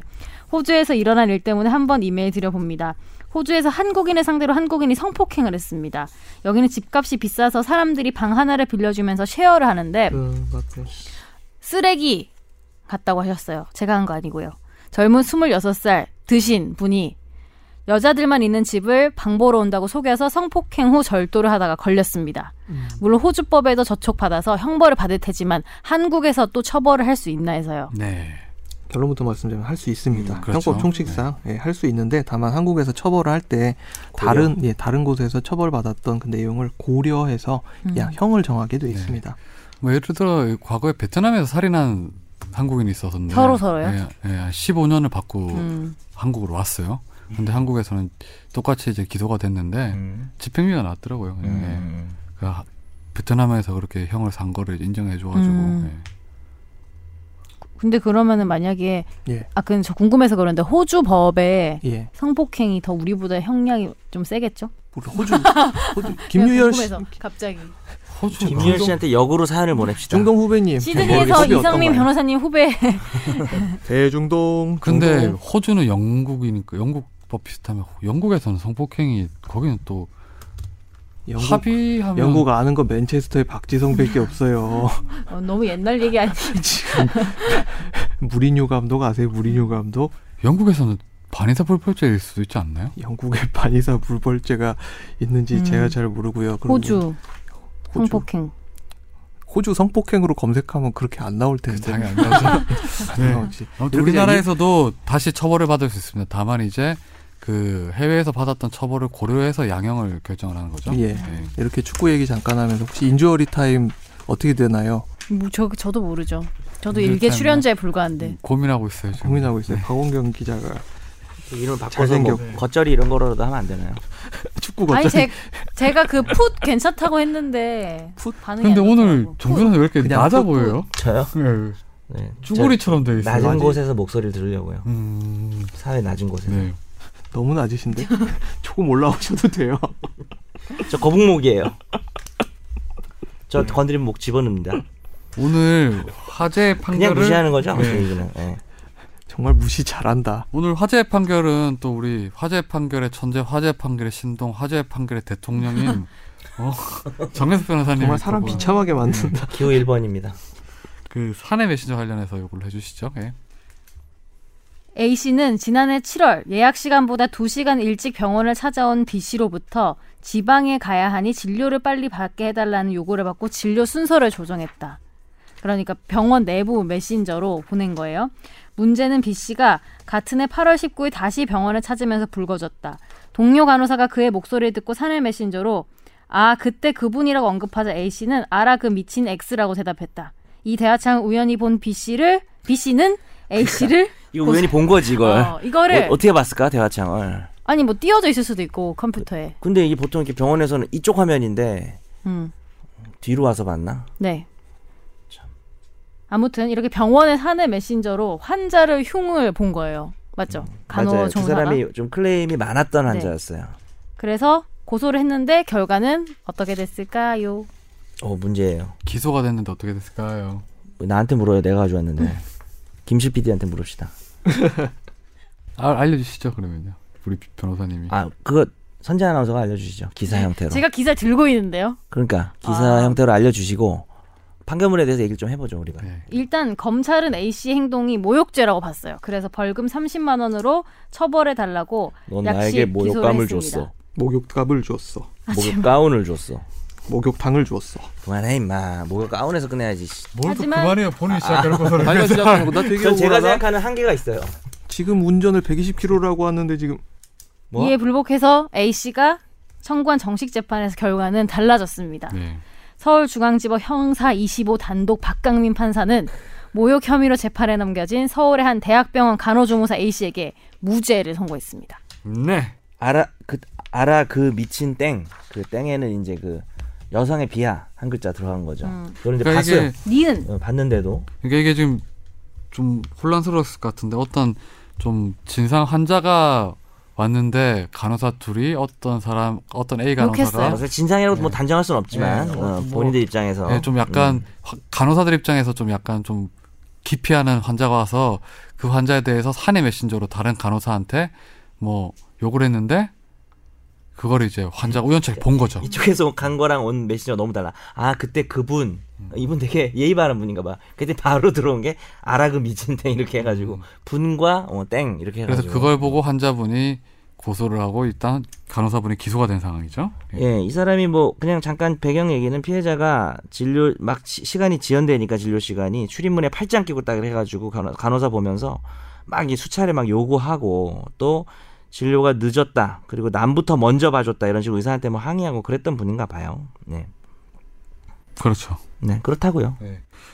B: 호주에서 일어난 일 때문에 한번 이메일 드려봅니다. 호주에서 한국인을 상대로 한국인이 성폭행을 했습니다. 여기는 집값이 비싸서 사람들이 방 하나를 빌려주면서 쉐어를 하는데
C: 그 같아요.
B: 쓰레기 같다고 하셨어요. 제가 한 거 아니고요. 젊은 26살 드신 분이 여자들만 있는 집을 방보러 온다고 속여서 성폭행 후 절도를 하다가 걸렸습니다.
C: 음.
B: 물론 호주법에도 저촉받아서 형벌을 받을 테지만 한국에서 또 처벌을 할 수 있나 해서요.
A: 네.
C: 결론부터 말씀드리면 할 수 있습니다.
A: 음, 그렇죠.
C: 형법 총칙상 예, 할 수 있는데 다만 한국에서 처벌을 할 때 다른 예, 다른 곳에서 처벌받았던 그 내용을 고려해서
B: 음.
C: 야, 형을 정하게 돼
A: 네.
C: 있습니다.
A: 뭐 예를 들어 과거에 베트남에서 살인한 한국인이 있었는데
B: 서로 서로요?
A: 예, 예, 15년을 받고
B: 음.
A: 한국으로 왔어요. 근데 한국에서는 똑같이 이제 기소가 됐는데
D: 음.
A: 집행유예가 나왔더라고요. 그냥, 예.
D: 음.
A: 그 하- 베트남에서 그렇게 형을 산 거를 인정해줘가지고 네.
B: 음. 근데 그러면은 만약에
C: 예.
B: 아 근데 저 궁금해서 그러는데 호주 법에
C: 예.
B: 성폭행이 더 우리보다 형량이 좀 세겠죠?
C: 우리 호주 호주 김유열 씨
B: 궁금해서 갑자기
A: 예. 호주가
D: 김유열 씨한테 역으로 사연을 보냅시다.
C: 중동 후배님.
B: 시드니에서
C: 머리 숱이
B: 이상민
C: 어떤가요?
B: 변호사님 후배
C: 대중동.
A: 근데
C: 중동.
A: 호주는 영국이니까 영국법 비슷하면 영국에서는 성폭행이 거기는 또
C: 영국
A: 합의하면
C: 영국 아는 거 맨체스터의 박지성밖에 없어요.
B: 어, 너무 옛날 얘기 아니
C: 지금 무리뉴 감독 아세요? 무리뉴 감독?
A: 영국에서는 반의사 불법죄일 수도 있지 않나요?
C: 영국에 반의사 불벌죄가 있는지
B: 음.
C: 제가 잘 모르고요. 그리고
B: 호주
C: 호주
B: 성폭행
C: 호주 성폭행으로 검색하면 그렇게 안 나올 텐데.
A: 당연히 안 나오죠. 네.
C: 나오지.
A: 아무튼
C: 이렇게
A: 우리나라에서도 다시 처벌을 받을 수 있습니다. 다만 이제 그 해외에서 받았던 처벌을 고려해서 양형을 결정을 하는 거죠.
C: 예.
A: 네.
C: 이렇게 축구 얘기 잠깐 하면서 혹시 인주어리 타임 어떻게 되나요?
B: 뭐, 저 저도 모르죠. 저도
A: 이럴
B: 일개
A: 타임이나.
B: 출연자에 불과한데
A: 고민하고 있어요. 지금.
C: 고민하고 있어요. 박원경 기자가
D: 이름 바꿔서 뭐
C: 잘생겼고.
D: 겉절이 이런 거로도 하면 안 되나요?
C: 축구
B: 아니
C: 걱정.
B: 제, 제가 그 풋 괜찮다고 했는데
C: 풋?
B: 반응이
A: 근데
B: 안
A: 오늘
B: 좋더라고.
A: 정변호사왜 이렇게
C: 그냥
A: 낮아
C: 또- 또-
A: 보여요?
D: 저요?
A: 네.
D: 네.
A: 쭈구리처럼 돼
D: 저
A: 있어요.
D: 낮은
A: 아직.
D: 곳에서 목소리를 들으려고요.
A: 음.
D: 사회 낮은 곳에서.
A: 네.
C: 너무 낮으신데 조금 올라오셔도 돼요.
D: 저 거북목이에요. 저 건드리면 목 집어넣는다.
A: 오늘 화재
D: 그냥
A: 판결을
D: 무시하는 거죠?
A: 네.
D: 그 얘기는. 네.
C: 정말 무시 잘한다.
A: 오늘 화재 판결은 또 우리 화재 판결의 천재, 화재 판결의 신동, 화재 판결의 대통령인 어, 정혜석 변호사님
C: 정말 사람 비참하게 만든다.
D: 기호 1번입니다.
A: 그 사내 메신저 관련해서 요걸 해주시죠. 예.
B: A 씨는 지난해 7월 예약 시간보다 2시간 일찍 병원을 찾아온 B 씨로부터 지방에 가야 하니 진료를 빨리 받게 해달라는 요구를 받고 진료 순서를 조정했다. 그러니까 병원 내부 메신저로 보낸 거예요. 문제는 B 씨가 같은 해 8월 19일 다시 병원을 찾으면서 불거졌다. 동료 간호사가 그의 목소리를 듣고 사내 메신저로 아 그때 그분이라고 언급하자 A 씨는 알아 그 미친 X라고 대답했다. 이 대화창 우연히 본 B 씨를 B 씨는 A 씨를
D: 이거 우연히 본 거지 이걸.
B: 어, 이거를
D: 어, 떻게 봤을까 대화창을.
B: 아니 뭐 띄어져 있을 수도 있고 컴퓨터에.
D: 근데 이게 보통 이렇게 병원에서는 이쪽 화면인데
B: 음.
D: 뒤로 와서 봤나?
B: 네. 아무튼 이렇게 병원에 사는 메신저로 환자를 흉을 본 거예요. 맞죠?
D: 맞아요.
B: 간호
D: 그
B: 전문가가.
D: 사람이 좀 클레임이 많았던
B: 네.
D: 환자였어요.
B: 그래서 고소를 했는데 결과는 어떻게 됐을까요?
D: 어 문제예요.
A: 기소가 됐는데 어떻게 됐을까요?
D: 나한테 물어요. 내가
B: 음.
D: 가져왔는데. 김실 PD한테 물읍시다.
A: 아, 알려주시죠 그러면요. 우리 변호사님이.
D: 아 그거 선재 아나운서가 알려주시죠. 기사 형태로.
B: 네. 제가 기사 를 들고 있는데요.
D: 그러니까 기사
B: 아.
D: 형태로 알려주시고 판결문에 대해서 얘기를 좀 해보죠 우리가.
A: 네.
B: 일단 검찰은 A 씨 행동이 모욕죄라고 봤어요. 그래서 벌금 30만 원으로 처벌해 달라고
D: 넌
B: 약식
D: 나에게 목욕감을
B: 기소를 했습니다.
D: 줬어.
C: 목욕값을 주었어.
D: 목욕 가운을 줬어.
C: 목욕탕을 주었어.
D: 그만해 임마. 목욕 가운에서 끝내야지. 씨.
B: 뭘또 하지만- 그만해요.
A: 본인이 시작하고서
C: 자기가 시작하고 아, 나 되게
D: 전 제가
C: 억울하다.
D: 생각하는 한계가 있어요.
C: 지금 운전을 120km라고 하는데 지금
D: 뭐?
B: 이에 불복해서 A 씨가 청구한 정식 재판에서 결과는 달라졌습니다.
A: 네.
B: 서울중앙지법 형사 25 단독 박강민 판사는 모욕 혐의로 재판에 넘겨진 서울의 한 대학병원 간호조무사 A 씨에게 무죄를 선고했습니다.
A: 네.
D: 알아 그 알아 그 미친 땡. 그 땡에는 이제 그 여성의 비하 한 글자 들어간 거죠. 그걸 이제
A: 그러니까
D: 봤어요.
A: 이게
B: 니은
D: 어, 봤는데도
A: 그러니까 이게 지금 좀 혼란스러웠을 것 같은데 어떤 좀 진상 환자가 왔는데 간호사 둘이 어떤 사람 어떤 A
B: 욕했어요.
A: 간호사가
D: 그래서 진상이라고 뭐 단정할 수는 없지만
A: 아? 네,
D: 어,
A: 뭐-
D: 본인들 입장에서 음.
A: 예, 좀 약간 화- 간호사들 입장에서 좀 약간 좀 기피하는 환자가 와서 그 환자에 대해서 사내 메신저로 다른 간호사한테 뭐 욕을 했는데 그걸 이제 환자 가 우연찮게 본 거죠.
D: 음. 이쪽에서 간 거랑 온 메시지가 너무 달라. 아 그때 그분 이분 되게 예의 바른 분인가 봐. 그때 바로 들어온 게 아라그 미친 땡 이렇게 해가지고 분과 어, 땡 이렇게
A: 음. 그래서
D: 해가지고
A: 그걸 보고 환자분이 고소를 하고 일단 간호사분이 기소가 된 상황이죠. 예.
D: 예, 이 사람이 뭐 그냥 잠깐 배경 얘기는 피해자가 진료 막 시, 시간이 지연되니까 진료 시간이 출입문에 팔짱 끼고 딱 해가지고 간호, 간호사 보면서 막 이 수차례 막 요구하고 또 진료가 늦었다 그리고 남부터 먼저 봐줬다 이런 식으로 의사한테 뭐 항의하고 그랬던 분인가 봐요. 네,
A: 그렇죠.
D: 네 그렇다고요.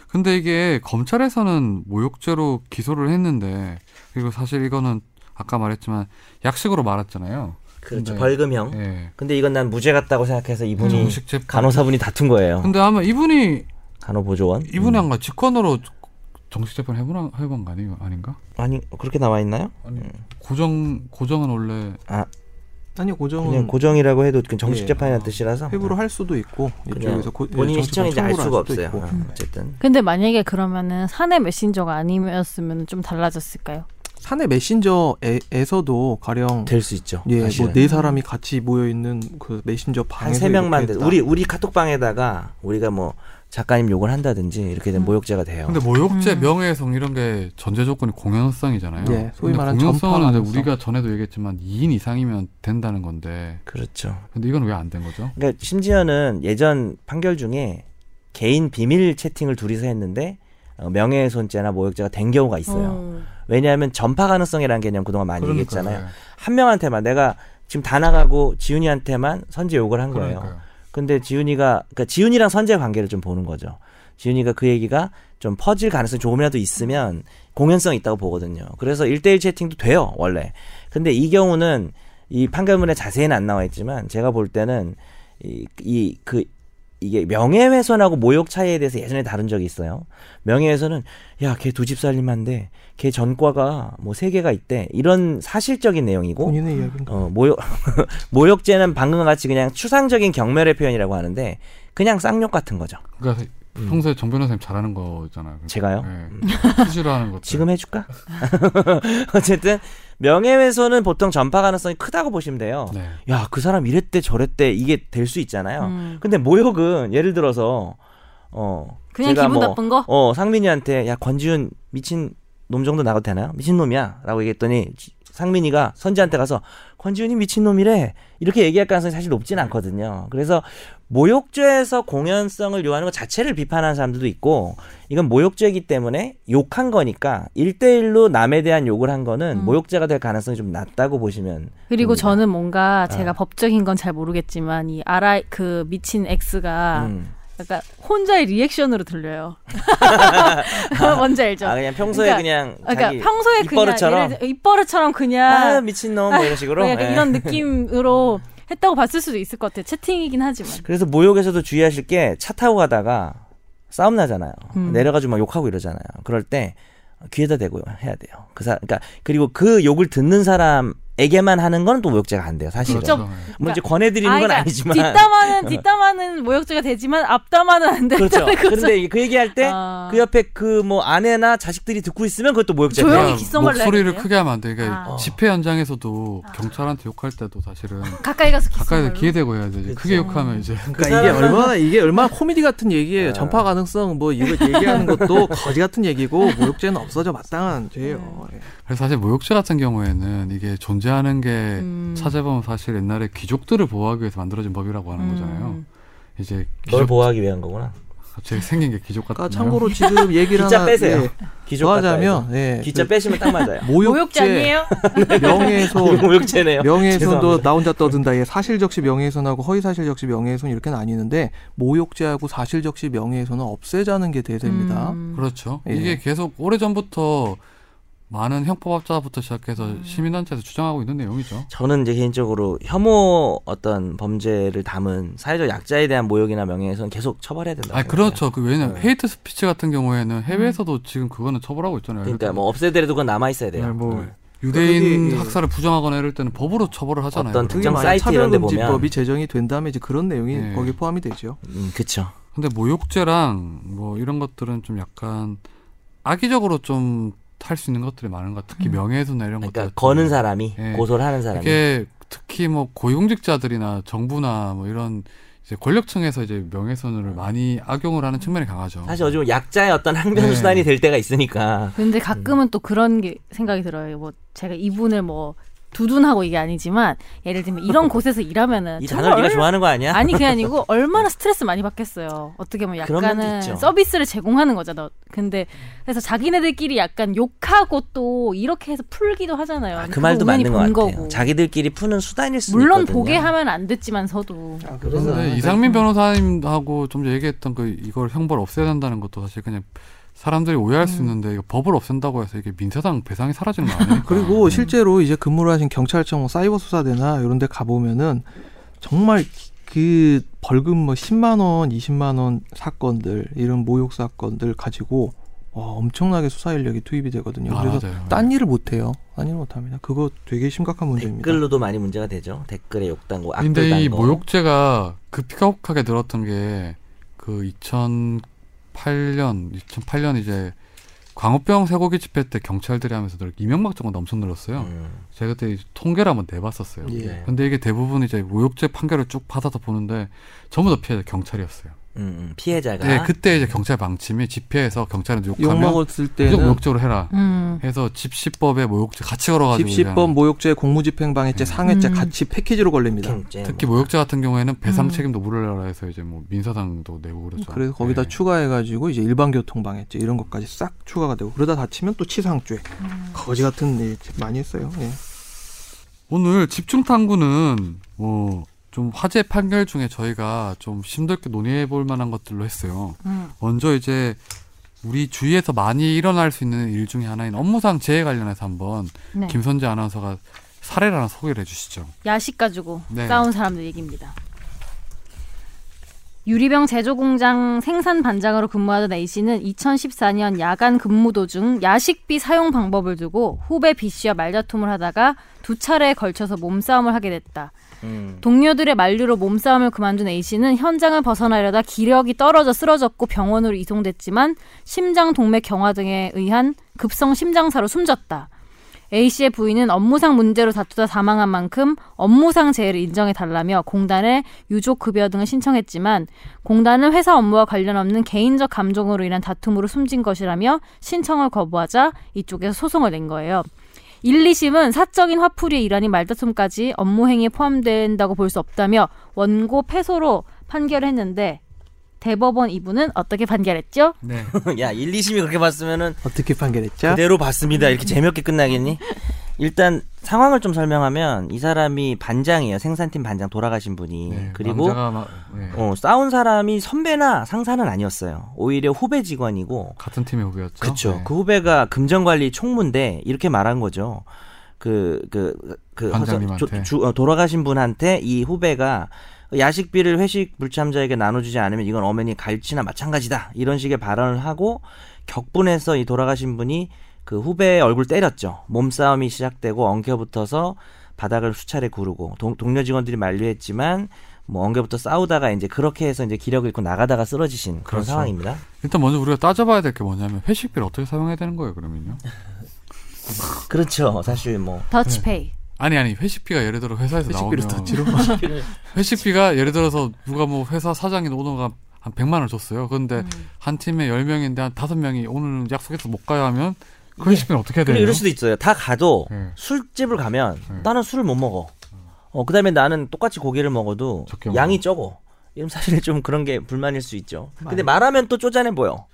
A: 근데 이게 검찰에서는 모욕죄로 기소를 했는데 그리고 사실 이거는 아까 말했지만 약식으로 말았잖아요.
D: 그렇죠.
A: 네.
D: 벌금형.
A: 예.
D: 근데 이건 난 무죄 같다고 생각해서 이분이
A: 음, 정식 재판.
D: 간호사분이 다툰 거예요.
A: 근데 아마 이분이
D: 간호보조원.
A: 이분이
D: 음.
A: 한가 직권으로 정식 재판 해본 해본 거 아니 아닌가?
D: 음. 아니 그렇게 나와 있나요?
A: 아니 고정 고정은 원래
C: 아니 고정은
D: 그냥 고정이라고 해도 그냥 정식
C: 예.
D: 재판이라는 뜻이라서
C: 회부로 할 수도 있고
D: 그냥
C: 이쪽에서 고, 예,
D: 본인이
C: 정식
D: 시청인지 알
C: 청구를
D: 수가
C: 할 수도
D: 없어요.
C: 있고.
B: 음.
D: 어, 어쨌든
B: 근데 만약에 그러면은 사내 메신저가 아니었으면 좀 달라졌을까요?
C: 사내 메신저에서도 가령
D: 될 수 있죠.
C: 예, 뭐
D: 사실은.
C: 네 사람이 같이 모여 있는 그 메신저 방에서
D: 한세 명만
C: 이렇게
D: 돼.
C: 딱-
D: 우리 우리 카톡방에다가 우리가 뭐 작가님 욕을 한다든지 이렇게 되면 모욕죄가 돼요.
A: 근데 뭐 모욕죄, 명예훼손 이런 게 전제 조건이 공연성이잖아요.
C: 예, 소위
A: 근데
C: 말하는
A: 공연성은
C: 전파
A: 이제
C: 가능성.
A: 우리가 전에도 얘기했지만 2인 이상이면 된다는 건데
D: 그렇죠.
A: 근데 이건 왜 안 된 거죠?
D: 그러니까 심지어는 예전 판결 중에 개인 비밀 채팅을 둘이서 했는데 어, 명예훼손죄나 모욕죄가 된 경우가 있어요.
B: 음.
D: 왜냐하면 전파 가능성이라는 개념 그동안 많이 얘기했잖아요.
A: 그러니까요.
D: 한 명한테만 내가 지금 다 나가고 지훈이한테만 선제 욕을 한 거예요.
A: 그러니까요.
D: 근데 지훈이가 그러니까 지훈이랑 선제 관계를 좀 보는 거죠. 지훈이가 그 얘기가 좀 퍼질 가능성이 조금이라도 있으면 공연성이 있다고 보거든요. 그래서 1대1 채팅도 돼요, 원래. 근데 이 경우는 이 판결문에 자세히는 안 나와 있지만 제가 볼 때는 이, 이, 그, 이게 명예훼손하고 모욕 차이에 대해서 예전에 다룬 적이 있어요. 명예훼손은 야, 걔 두 집 살림한데 걔 전과가 뭐 세 개가 있대. 이런 사실적인 내용이고
C: 본인의
B: 음.
C: 이야기인가?
D: 어, 모욕, 모욕죄는 방금과 같이 그냥 추상적인 경멸의 표현이라고 하는데, 그냥 쌍욕 같은 거죠.
A: 그러니까 평소에 정 변호사님 잘하는 거잖아요. 그러니까.
D: 제가요?
A: 예. 수시로 하는 것.
D: 지금 해줄까? 어쨌든, 명예훼손은 보통 전파 가능성이 크다고 보시면 돼요.
A: 네.
D: 야, 그 사람 이랬대, 저랬대, 이게 될 수 있잖아요.
B: 음.
D: 근데 모욕은 예를 들어서, 어,
B: 그냥
D: 제가
B: 기분
D: 뭐,
B: 나쁜 거?
D: 어, 상민이한테, 야, 권지훈 미친 놈 정도 나가도 되나요? 미친놈이야. 라고 얘기했더니, 지- 상민이가 선지한테 가서, 권지훈이 미친놈이래. 이렇게 얘기할 가능성이 사실 높진 않거든요. 그래서, 모욕죄에서 공연성을 요하는 것 자체를 비판하는 사람들도 있고, 이건 모욕죄이기 때문에 욕한 거니까, 일대일로 남에 대한 욕을 한 거는
B: 음.
D: 모욕죄가 될 가능성이 좀 낮다고 보시면.
B: 그리고
D: 됩니다.
B: 저는
D: 네.
B: 뭔가 제가 법적인 건 잘 모르겠지만 이 아라 그 미친 X가
D: 음.
B: 그러니까 혼자의 리액션으로 들려요. 뭔지 알죠?
D: 아 그냥 평소에
B: 그러니까-
D: 그냥
B: 그러니까
D: 자기
B: 평소에
D: 입버릇처럼?
B: 그냥 예를 들어 입버릇처럼
D: 아
B: 그냥
D: 미친놈 뭐 이런 식으로.
B: 약간
D: 예.
B: 그러니까 이런 느낌으로 했다고 봤을 수도 있을 것 같아요. 채팅이긴 하지만.
D: 그래서 모욕에서도 주의하실 게 차 타고 가다가 싸움 나잖아요.
B: 음.
D: 내려가지고 막 욕하고 이러잖아요. 그럴 때 귀에다 대고 해야 돼요. 그 사, 그러니까 그리고 그 욕을 듣는 사람에게만 하는 건 또 모욕죄가 안 돼요. 사실은.
B: 직접
A: 그렇죠.
D: 뭐 이제 권해드리는
B: 아,
D: 건
B: 그러니까
D: 아니지만. 어.
B: 뒷담화는 뒷담화는 모욕죄가 되지만 앞담화는 안 된다는
D: 그렇죠.
B: 거죠.
D: 근데 이게 그 얘기할 때 그
B: 아.
D: 옆에 그 뭐 아내나 자식들이 듣고 있으면 그것도 모욕죄예요.
B: 조용히
A: 그냥
B: 기성을
A: 목소리를
B: 내야겠네요?
A: 크게 하면 안 돼. 그러니까
B: 아.
A: 집회 현장에서 경찰한테 욕할 때도 사실은
B: 가까이 가서 키스.
A: 가까이서 기회 대고 해야 되지. 크게 욕하면 이제
C: 그러니까 이게 얼마나 이게 얼마나 코미디 같은 얘기예요.
D: 아.
C: 전파 가능성 뭐 이거 얘기하는 것도 거지 같은 얘기고 모욕죄는 없어져 마땅한 죄예요. 예.
A: 그래서 사실 모욕죄 같은 경우에는 이게 존재하는 게
B: 음.
A: 찾아보면 사실 옛날에 귀족들을 보호하기 위해서 만들어진 법이라고 하는 거잖아요. 이제
D: 널
A: 귀족
D: 보호하기 위한 거구나.
A: 갑자기 생긴 게 귀족 같은
C: 그러니까 참고로 지금 얘기를
D: 기자
C: 하나
D: 빼세요.
C: 예,
D: 기적
C: 더 하자면 예,
D: 기자
C: 그
D: 빼시면 딱 맞아요.
B: 모욕죄
C: 모욕죄,
B: 아니에요?
C: 명예훼손,
D: 이거 모욕죄네요.
C: 명예훼손도
D: 죄송합니다.
C: 나 혼자 떠든다. 예, 사실적시 명예훼손하고 허위사실적시 명예훼손 이렇게 나뉘는데 모욕죄하고 사실적시 명예훼손은 없애자는 게 대세입니다.
B: 음.
A: 그렇죠.
C: 예.
A: 이게 계속 오래 전부터 많은 형법학자부터 시작해서 시민단체에서 주장하고 있는 내용이죠.
D: 저는 이제 개인적으로 혐오 어떤 범죄를 담은 사회적 약자에 대한 모욕이나 명예훼손 계속 처벌해야 된다.
A: 아 그렇죠. 그 왜냐면
D: 네.
A: 헤이트 스피치 같은 경우에는 해외에서도 지금 그거는 처벌하고 있잖아요. 예를
D: 그러니까
A: 들면
D: 뭐 없애더라도 그건 남아 있어야 돼요.
A: 네, 뭐
D: 음.
A: 유대인
C: 그게-
A: 학살을 부정하거나 이럴 때는 법으로 처벌을 하잖아요.
D: 어떤
C: 그게
D: 특정
C: 만약
D: 사이트 이런 데 보면- 네.
C: 차별금지법이 제정이 된 다음에 이제 그런 내용이
A: 예.
C: 거기에 포함이 되죠.
D: 음, 그쵸.
A: 근데 모욕죄랑 뭐 이런 것들은 좀 약간 악의적으로 좀 탈 수 있는 것들이 많은 것 같아요. 특히 명예훼손이나 이런
D: 그러니까
A: 것들.
D: 거는 사람이
A: 뭐 예.
D: 고소를 하는 사람이
A: 이게 특히 뭐 고용직자들이나 정부나 뭐 이런 이제 권력층에서 이제 명예훼손을 많이 악용을 하는 측면이 강하죠.
D: 사실 요즘 약자의 어떤 항변
A: 네.
D: 수단이 될 때가 있으니까
B: 근데 가끔은 또 그런 게 생각이 들어요. 뭐 제가 이분을 뭐 두둔하고 이게 아니지만 예를 들면 이런 곳에서 일하면은
D: 이
B: 정말
D: 단어를 네가
B: 얼-
D: 좋아하는 거 아니야? 네.
B: 아니 그게 아니고 얼마나 스트레스 많이 받겠어요. 어떻게 보면
D: 그런 면도
B: 약간은
D: 있죠.
B: 서비스를 제공하는 거잖아. 근데 그래서 자기네들끼리 약간 욕하고 또 이렇게 해서 풀기도 하잖아요.
D: 아, 그
B: 그거
D: 말도
B: 우연히
D: 맞는 것
B: 본
D: 같아요.
B: 거고.
D: 자기들끼리 푸는 수단일 수도
B: 물론
D: 있거든요.
B: 보게 하면 안 됐지만서도
D: 아, 네.
A: 근데 이상민 변호사님하고 좀 전에 얘기했던 그 이걸 형벌 없애야 된다는 것도 사실 그냥 사람들이 오해할
D: 음.
A: 수 있는데 이거 법을 없앤다고 해서 이게 민사상 배상이 사라지는 거 아니에요?
C: 그리고 실제로 이제 근무를 하신 경찰청 뭐 사이버 수사대나 이런 데 가보면은 정말 그 벌금 뭐 10만 원, 20만 원 사건들 이런 모욕 사건들 가지고 와, 엄청나게 수사 인력이 투입이 되거든요.
A: 아,
C: 그래서
A: 맞아요.
C: 딴 일을 못 해요. 딴 일을 못 합니다. 그거 되게 심각한 문제입니다.
D: 댓글로도 많이 문제가 되죠. 댓글에 욕당고 뭐 악플
A: 근데 이
D: 당고
A: 모욕죄가 급격하게 늘었던 게 그 2008년, 2008년 이제 광우병 쇠고기 집회 때 경찰들이 하면서 늘 이명박 정권 엄청 늘었어요.
D: 음.
A: 제가 그때 통계를 한번 내봤었어요.
C: 예.
A: 근데 이게 대부분 이제 모욕죄 판결을 쭉 받아서 보는데 전부
C: 음.
A: 다 피해자 경찰이었어요.
D: 음, 음. 피해자가
A: 네, 그때 이제 경찰 방침이 집회에서 경찰은
C: 욕
A: 욕하면
C: 먹었을
A: 무조건
C: 때는
A: 모욕죄로 해라.
B: 음.
A: 해서 집시법에 모욕죄 같이 걸어가지고
C: 집시법,
A: 그냥
C: 모욕죄, 공무집행방해죄, 상해죄
B: 음.
C: 같이 패키지로 걸립니다.
D: 경쟁.
A: 특히 모욕죄 같은 경우에는 배상
B: 음.
A: 책임도 물으려라 해서 이제 뭐 민사상도 내고 그러죠.
C: 음, 그래서 거기다
A: 네.
C: 추가해가지고 이제 일반교통방해죄 이런 것까지 싹 추가가 되고 그러다 다치면 또 치상죄 거지 같은 일 많이 했어요. 예.
A: 오늘 집중 탐구는 뭐 좀 화제 판결 중에 저희가 좀 심도있게 논의해 볼 만한 것들로 했어요.
B: 음.
A: 먼저 이제 우리 주위에서 많이 일어날 수 있는 일 중에 하나인 업무상 재해 관련해서 한번
B: 네.
A: 김선재 아나운서가 사례를 하나 소개를 해주시죠.
B: 야식 가지고
A: 네.
B: 싸운 사람들 얘기입니다. 유리병 제조 공장 생산 반장으로 근무하던 A 씨는 2014년 야간 근무 도중 야식비 사용 방법을 두고 후배 B 씨와 말다툼을 하다가 두 차례에 걸쳐서 몸싸움을 하게 됐다.
D: 음.
B: 동료들의 만류로 몸싸움을 그만둔 A 씨는 현장을 벗어나려다 기력이 떨어져 쓰러졌고 병원으로 이송됐지만 심장 동맥 경화 등에 의한 급성 심장사로 숨졌다. A 씨의 부인은 업무상 문제로 다투다 사망한 만큼 업무상 재해를 인정해 달라며 공단에 유족 급여 등을 신청했지만 공단은 회사 업무와 관련 없는 개인적 감정으로 인한 다툼으로 숨진 것이라며 신청을 거부하자 이쪽에서 소송을 낸 거예요. 1, 2심은 사적인 화풀이의 일환인 말다툼까지 업무 행위에 포함된다고 볼 수 없다며 원고 패소로 판결을 했는데 대법원 이부는 어떻게 판결했죠?
A: 네.
D: 야, 1, 2심이 그렇게 봤으면은
C: 어떻게 판결했죠?
D: 그대로 봤습니다. 이렇게 재미없게 끝나겠니? 일단 상황을 좀 설명하면 이 사람이 반장이에요. 생산팀 반장 돌아가신 분이. 예. 그리고
A: 네, 남자가 막, 예,
D: 어, 싸운 사람이 선배나 상사는 아니었어요. 오히려 후배 직원이고
A: 같은 팀의 후배였죠.
D: 그쵸.
A: 네.
D: 그 후배가 금전관리 총무인데 이렇게 말한 거죠. 그 그그
A: 관장님한테.
D: 어, 돌아가신 분한테 이 후배가 야식비를 회식 불참자에게 나눠주지 않으면 이건 엄연히 갈치나 마찬가지다 이런 식의 발언을 하고 격분해서 이 돌아가신 분이 그 후배의 얼굴 때렸죠. 몸싸움이 시작되고 엉켜붙어서 바닥을 수차례 구르고 동, 동료 직원들이 만류했지만 뭐 엉겨붙어 싸우다가 이제 그렇게 해서 이제 기력 잃고 나가다가 쓰러지신 그런
A: 그렇죠.
D: 상황입니다.
A: 일단 먼저 우리가 따져봐야 될 게 뭐냐면 회식비를 어떻게 사용해야 되는 거예요, 그러면요?
D: 그렇죠. 사실 뭐
B: 더치페이.
C: 네.
A: 아니 아니 회식비가 예를 들어 회사에서
C: 회식비를
A: 나오면
C: 더치로
A: 회식비가 예를 들어서 누가 뭐 회사 사장이 오너가 한 100만 원을 줬어요. 그런데
E: 음.
A: 한 팀에 10명인데 한 5명이 오늘 약속해서 못 가야 하면 그 회식비는 어떻게 해야
D: 네. 그리고
A: 되나요?
D: 이럴 수도 있어요. 다 가도
A: 네.
D: 술집을 가면
A: 네.
D: 나는 술을 못 먹어. 어 그다음에 나는 똑같이 고기를 먹어도
A: 적게 먹어.
D: 양이 적어. 이런 사실 좀 그런 게 불만일 수 있죠. 근데 말하면 또 쪼잔해 보여.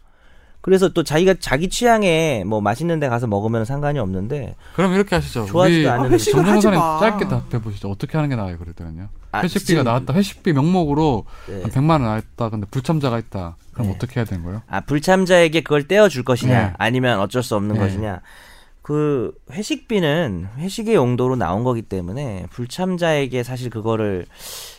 D: 그래서 또 자기가 자기 취향에 뭐 맛있는 데 가서 먹으면 상관이 없는데
A: 그럼 이렇게 하시죠.
D: 좋아하지도
A: 그러니까 우리
D: 않은
E: 아, 회식을 하지
A: 정정선생님
E: 마.
A: 짧게 답해 보시죠. 어떻게 하는 게 나아요, 그랬더니요.
D: 아,
A: 회식비가
D: 지금-
A: 나왔다. 회식비 명목으로
D: 네.
A: 한 100만 원 나왔다. 근데 불참자가 있다. 그럼
D: 네.
A: 어떻게 해야 되는 거예요?
D: 아 불참자에게 그걸 떼어줄 것이냐
A: 네.
D: 아니면 어쩔 수 없는
A: 네.
D: 것이냐 그 회식비는 회식의 용도로 나온 거기 때문에 불참자에게 사실 그거를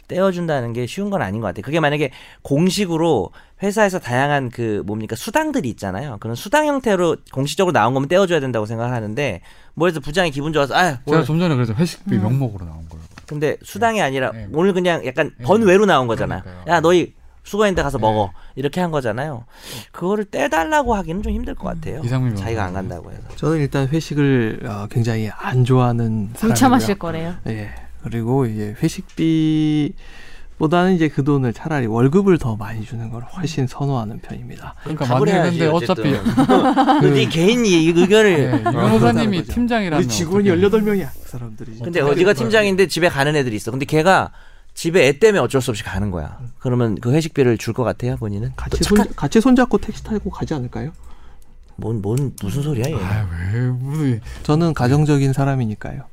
D: 떼어준다는 게 쉬운 건 아닌 것 같아요 그게 만약에 공식으로 회사에서 다양한 그 뭡니까 수당들이 있잖아요 그런 수당 형태로 공식적으로 나온 거면 떼어줘야 된다고 생각을 하는데 뭐 해서 부장이 기분 좋아서 아
A: 제가
D: 오늘
A: 좀 전에 그래서 회식비
E: 음.
A: 명목으로 나온 거예요.
D: 근데 수당이 아니라
A: 네.
D: 오늘 그냥 약간
A: 네.
D: 번외로 나온 거잖아요.
A: 그러니까요. 네.
D: 야 너희 수거했는데 가서 먹어 이렇게 한 거잖아요. 그거를 떼달라고 하기는 좀 힘들 것 같아요.
A: 음, 이상민
D: 자기가 안
A: 변호사님.
D: 간다고 해서.
C: 저는 일단 회식을 어, 굉장히 안 좋아하는
B: 불참하실 거래요.
C: 사람이고요. 예. 그리고 이제 회식비보다는 이제 그 돈을 차라리 월급을 더 많이 주는 걸 훨씬 선호하는 편입니다.
A: 그러니까
D: 답을
A: 만약에
D: 해야지,
A: 근데 어차피 그
D: 어쨌든. 어. 네 개인 이-
A: 네,
D: 의견을
A: 이
C: 그렇다는
A: 변호사님이
C: 거죠.
A: 팀장이라면
C: 우리 직원이
A: 어떻게 해요?
C: 18명이야. 그 사람들이. 이제.
D: 근데 어디가 팀장인데 집에 가는 애들이 있어. 근데 걔가 집에 애 때문에 어쩔 수 없이 가는 거야. 그러면 그 회식비를 줄 것 같아요 본인은? 그
C: 같이 손 같이 손잡고 택시 타고 가지 않을까요?
D: 뭔, 뭔 무슨 소리야 얘.
A: 아, 왜 무슨
C: 저는 가정적인 사람이니까요.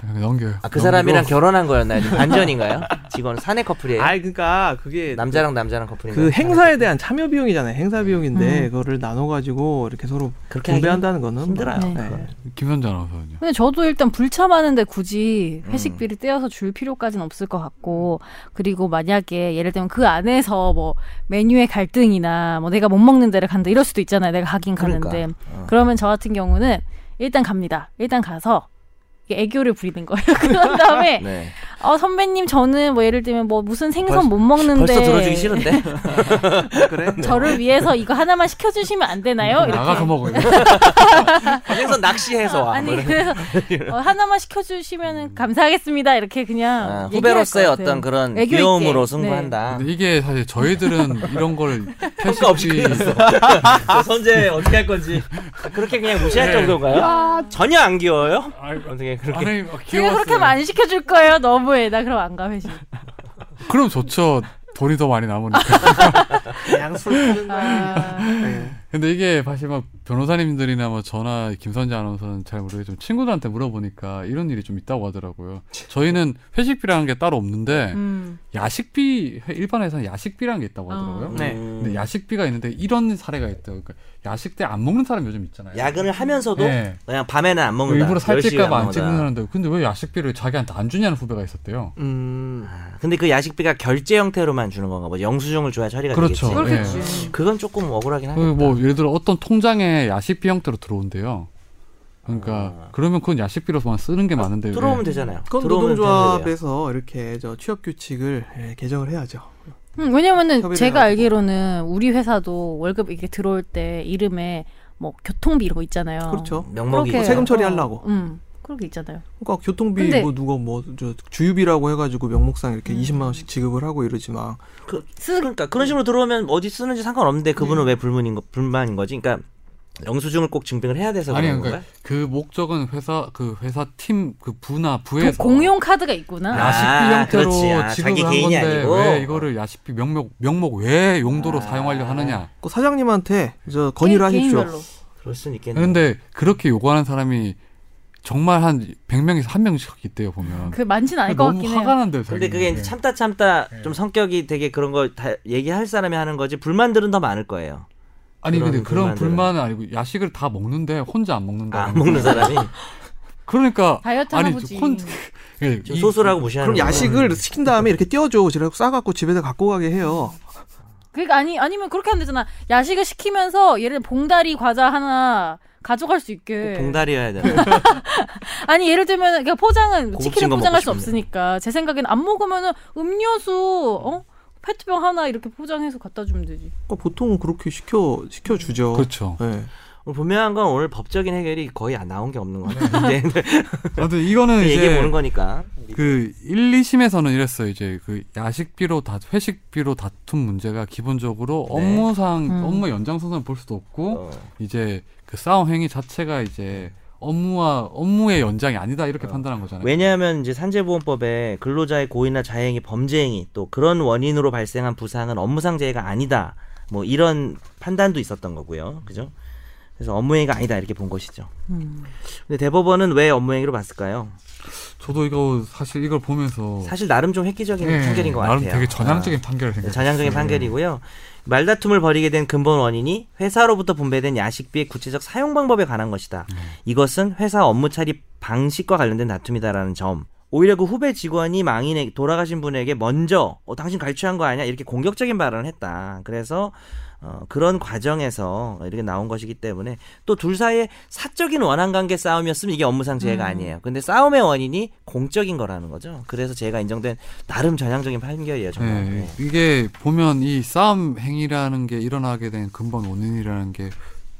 A: 그냥 넘겨요.
D: 아, 그
A: 넘기고.
D: 사람이랑 결혼한 거였나요? 지금 반전인가요? 직원 사내 커플이에요?
C: 그러니까 그게
D: 예. 남자랑 남자랑 커플인가요?
C: 그 행사에 대한 참여 비용이잖아요. 행사 비용인데 그거를 나눠 가지고 이렇게 서로
D: 그렇게 하기는
C: 분배한다는 거는
D: 힘들어요.
B: 네.
D: 그건.
C: 네.
A: 김선재 아나운서는요.
B: 근데 저도 일단 불참하는데 굳이
D: 음.
B: 회식비를 떼어서 줄 필요까지는 없을 것 같고 그리고 만약에 예를 들면 그 안에서 뭐 메뉴의 갈등이나 뭐 내가 못 먹는 데를 간다 이럴 수도 있잖아요. 내가 가긴
D: 그러니까.
B: 가는데
D: 어.
B: 그러면 저 같은 경우는 일단 갑니다. 일단 가서 이게 애교를 부리는 거예요. 그런 다음에
D: 네.
B: 어 선배님 저는 뭐 예를 들면 뭐 무슨 생선
D: 벌써-
B: 못 먹는데
D: 벌써 들어주기 싫은데. 네.
C: 그래?
B: 저를 위해서 이거 하나만 시켜주시면 안
D: 음.
B: 되나요? 이렇게 아.
A: 나가서 먹어요.
D: 그래서 낚시해서 와. 뭐
B: 아니
D: 이런.
B: 그래서 어, 하나만
C: 음.
B: 시켜주시면 감사하겠습니다 이렇게 그냥
D: 아,
B: 얘기할
D: 후배로서의
B: 것 같아요.
D: 어떤 그런
B: 애교 있게. 네.
D: 귀여움으로 승부한다.
A: 근데 이게 사실 저희들은 이런 걸 아, 네,
D: 평가 없이
A: 회식비
D: 저 선제 어떻게 할 건지 그렇게 그냥 무시할 정도인가요? 네. 전혀 안 귀여워요? 어떻게 그렇게
A: 아니
B: 제가
A: 귀여웠어요.
B: 그렇게 하면 안 시켜줄 거예요 너무해 나 그럼 안 가 회식
A: 그럼 좋죠. 돈이 더 많이 남으니까.
B: 아,
C: 네.
A: 근데 이게 사실 막 변호사님들이나 뭐 저나 김선재 아나운서는 잘 모르겠지만 친구들한테 물어보니까 이런 일이 좀 있다고 하더라고요. 저희는 회식비라는 게 따로 없는데
B: 음.
A: 야식비 일반 회사는 야식비라는 게 있다고 하더라고요.
D: 아,
B: 어.
C: 네.
A: 음, 근데 야식비가 있는데 이런 사례가 있대요. 그러니까 야식 때 안 먹는 사람 요즘 있잖아요.
D: 야근을 하면서도
A: 예.
D: 그냥 밤에는 안 먹는다.
A: 일부러
D: 10시에 안
A: 살찔까봐 안
D: 먹는다.
A: 찍는 사람들. 근데 왜 야식비를 자기한테 안 주냐는 후배가 있었대요.
C: 음.
D: 아, 근데 그 야식비가 결제 형태로만 주는 건가 뭐 영수증을 줘야 처리가
A: 그렇죠.
D: 되겠지.
A: 그렇겠지.
D: 그건 조금 억울하긴
A: 그
D: 하겠다.
A: 뭐 예를 들어 어떤 통장에 야식비 형태로 들어온대요. 그러니까 그러면 그건 야식비로만 쓰는 게 많은데 왜-
D: 아. 들어오면 되잖아요.
C: 그건
D: 들어오면 되는데요.
C: 노동조합에서 이렇게 저 취업 규칙을 예, 개정을 해야죠.
B: 음, 왜냐면은
C: 협의를
B: 제가
C: 해가지고.
B: 알기로는 우리 회사도 월급 이렇게 들어올 때 이름에 뭐 교통비 이런 거
D: 어.
B: 있잖아요
C: 그렇죠.
D: 명목이
B: 그렇게-
C: 세금 처리하려고.
B: 어, 음 그렇게 있잖아요
C: 그러니까 교통비
B: 근데-
C: 뭐 누가 뭐 저 주유비라고 해가지고 명목상 이렇게
B: 음.
C: 20만 원씩 지급을 하고 이러지만
B: 쓰
D: 그러니까 그런 식으로 들어오면 어디 쓰는지 상관없는데
A: 네.
D: 그분은 왜 불문인 거, 불만인 거지? 그러니까 영수증을 꼭 증빙을 해야 돼서
A: 아니
D: 그런
A: 그러니까
D: 건가요?
A: 그 목적은 회사 그 회사 팀 그 부나 부에서
B: 공용 카드가 있구나
D: 아,
A: 야식비
D: 그렇지.
A: 형태로
D: 아, 자기
A: 지급을 한
D: 개인이
A: 건데
D: 아니고.
A: 왜 이거를 야식비 명목 명목 외 용도로
D: 아.
A: 사용하려 하느냐.
C: 그 사장님한테 저 건의를
B: 개-
C: 하십시오.
B: 개인별로.
D: 그럴 수는 있겠네요.
A: 근데 그렇게 요구하는 사람이 정말 한 100명에서 한 명씩 있대요 보면.
B: 그 많진 않을 것
A: 너무
B: 같긴
A: 화가
B: 해요.
A: 난대요.
D: 근데
A: 자기는.
D: 그게 이제 참다 참다
A: 네.
D: 좀 성격이 되게 그런 거 다 얘기할 사람이 하는 거지 불만들은 더 많을 거예요.
A: 아니 근데
D: 그런
A: 그런
D: 불만들은.
A: 불만은 아니고 야식을 다 먹는데 혼자 안 먹는다.
D: 아, 안 먹는 사람이
A: 그러니까
B: 다이어트
A: 아니
B: 하나보지.
A: 혼 예,
D: 좀
A: 이-
D: 소수라고 무시하는
C: 그럼
D: 거예요.
C: 야식을 시킨 다음에 이렇게 띄워줘. 제가 싸갖고 집에다 갖고 가게 해요.
B: 그러니까 아니 아니면 그렇게 하면 되잖아. 야식을 시키면서 예를 들면 봉다리 과자 하나 가져갈 수 있게.
C: 어,
D: 꼭 봉다리여야 되나?
B: 아니 예를 들면 그러니까 포장은
D: 고급진
B: 치킨을
D: 거
B: 포장할
D: 먹고
B: 수 없으니까 제 생각엔 안 먹으면은 음료수 어 페트병 하나 이렇게 포장해서 갖다 주면 되지.
C: 그러니까 보통 그렇게 시켜 시켜
D: 뭐.
C: 주죠.
A: 그렇죠.
C: 네.
D: 오늘 분명한 건 오늘 법적인 해결이 거의 안 나온 게 없는 거 같아요. 이제
A: 아무튼 네. 이거는
D: 그 얘기해 보는
A: 이제
D: 거니까.
A: 그 1, 2심에서는 이랬어요. 이제 그 야식비로 다 회식비로 다툰 문제가 기본적으로
D: 네.
A: 업무상
B: 음.
A: 업무 연장선상을 볼 수도 없고
D: 어.
A: 이제 그 싸움 행위 자체가 이제 업무와 업무의 연장이 아니다 이렇게
D: 어.
A: 판단한 거잖아요. 예.
D: 왜냐하면 이제 산재보험법에 근로자의 고의나 자행이 범죄행위 또 그런 원인으로 발생한 부상은 업무상 재해가 아니다 뭐 이런 판단도 있었던 거고요 그죠 그래서 업무행위가 아니다 이렇게 본 것이죠
A: 음.
D: 근데 대법원은 왜 업무행위로 봤을까요
A: 저도 이거 사실 이걸 보면서
D: 사실 나름 좀 획기적인
A: 예,
D: 판결인 것
A: 뭐 나름
D: 같아요
A: 되게 전향적인 판결을
D: 아, 네,
A: 생각.
D: 전향적인 판결이고요 말다툼을 벌이게 된 근본 원인이 회사로부터 분배된 야식비의 구체적 사용 방법에 관한 것이다 이것은 회사 업무 처리 방식과 관련된 다툼이다라는 점. 오히려 그 후배 직원이 망인에 돌아가신 분에게 먼저 어, 당신 갈취한 거 아니야 이렇게 공격적인 발언을 했다. 그래서 어, 그런 과정에서 이렇게 나온 것이기 때문에 또 둘 사이에 사적인 원한 관계 싸움이었으면 이게 업무상 재해가 아니에요. 근데 싸움의 원인이 공적인 거라는 거죠. 그래서 재해가 인정된 나름 전향적인 판결이에요. 정말.
A: 네,
D: 네.
A: 이게 보면 이 싸움 행위라는 게 일어나게 된 근본 원인이라는 게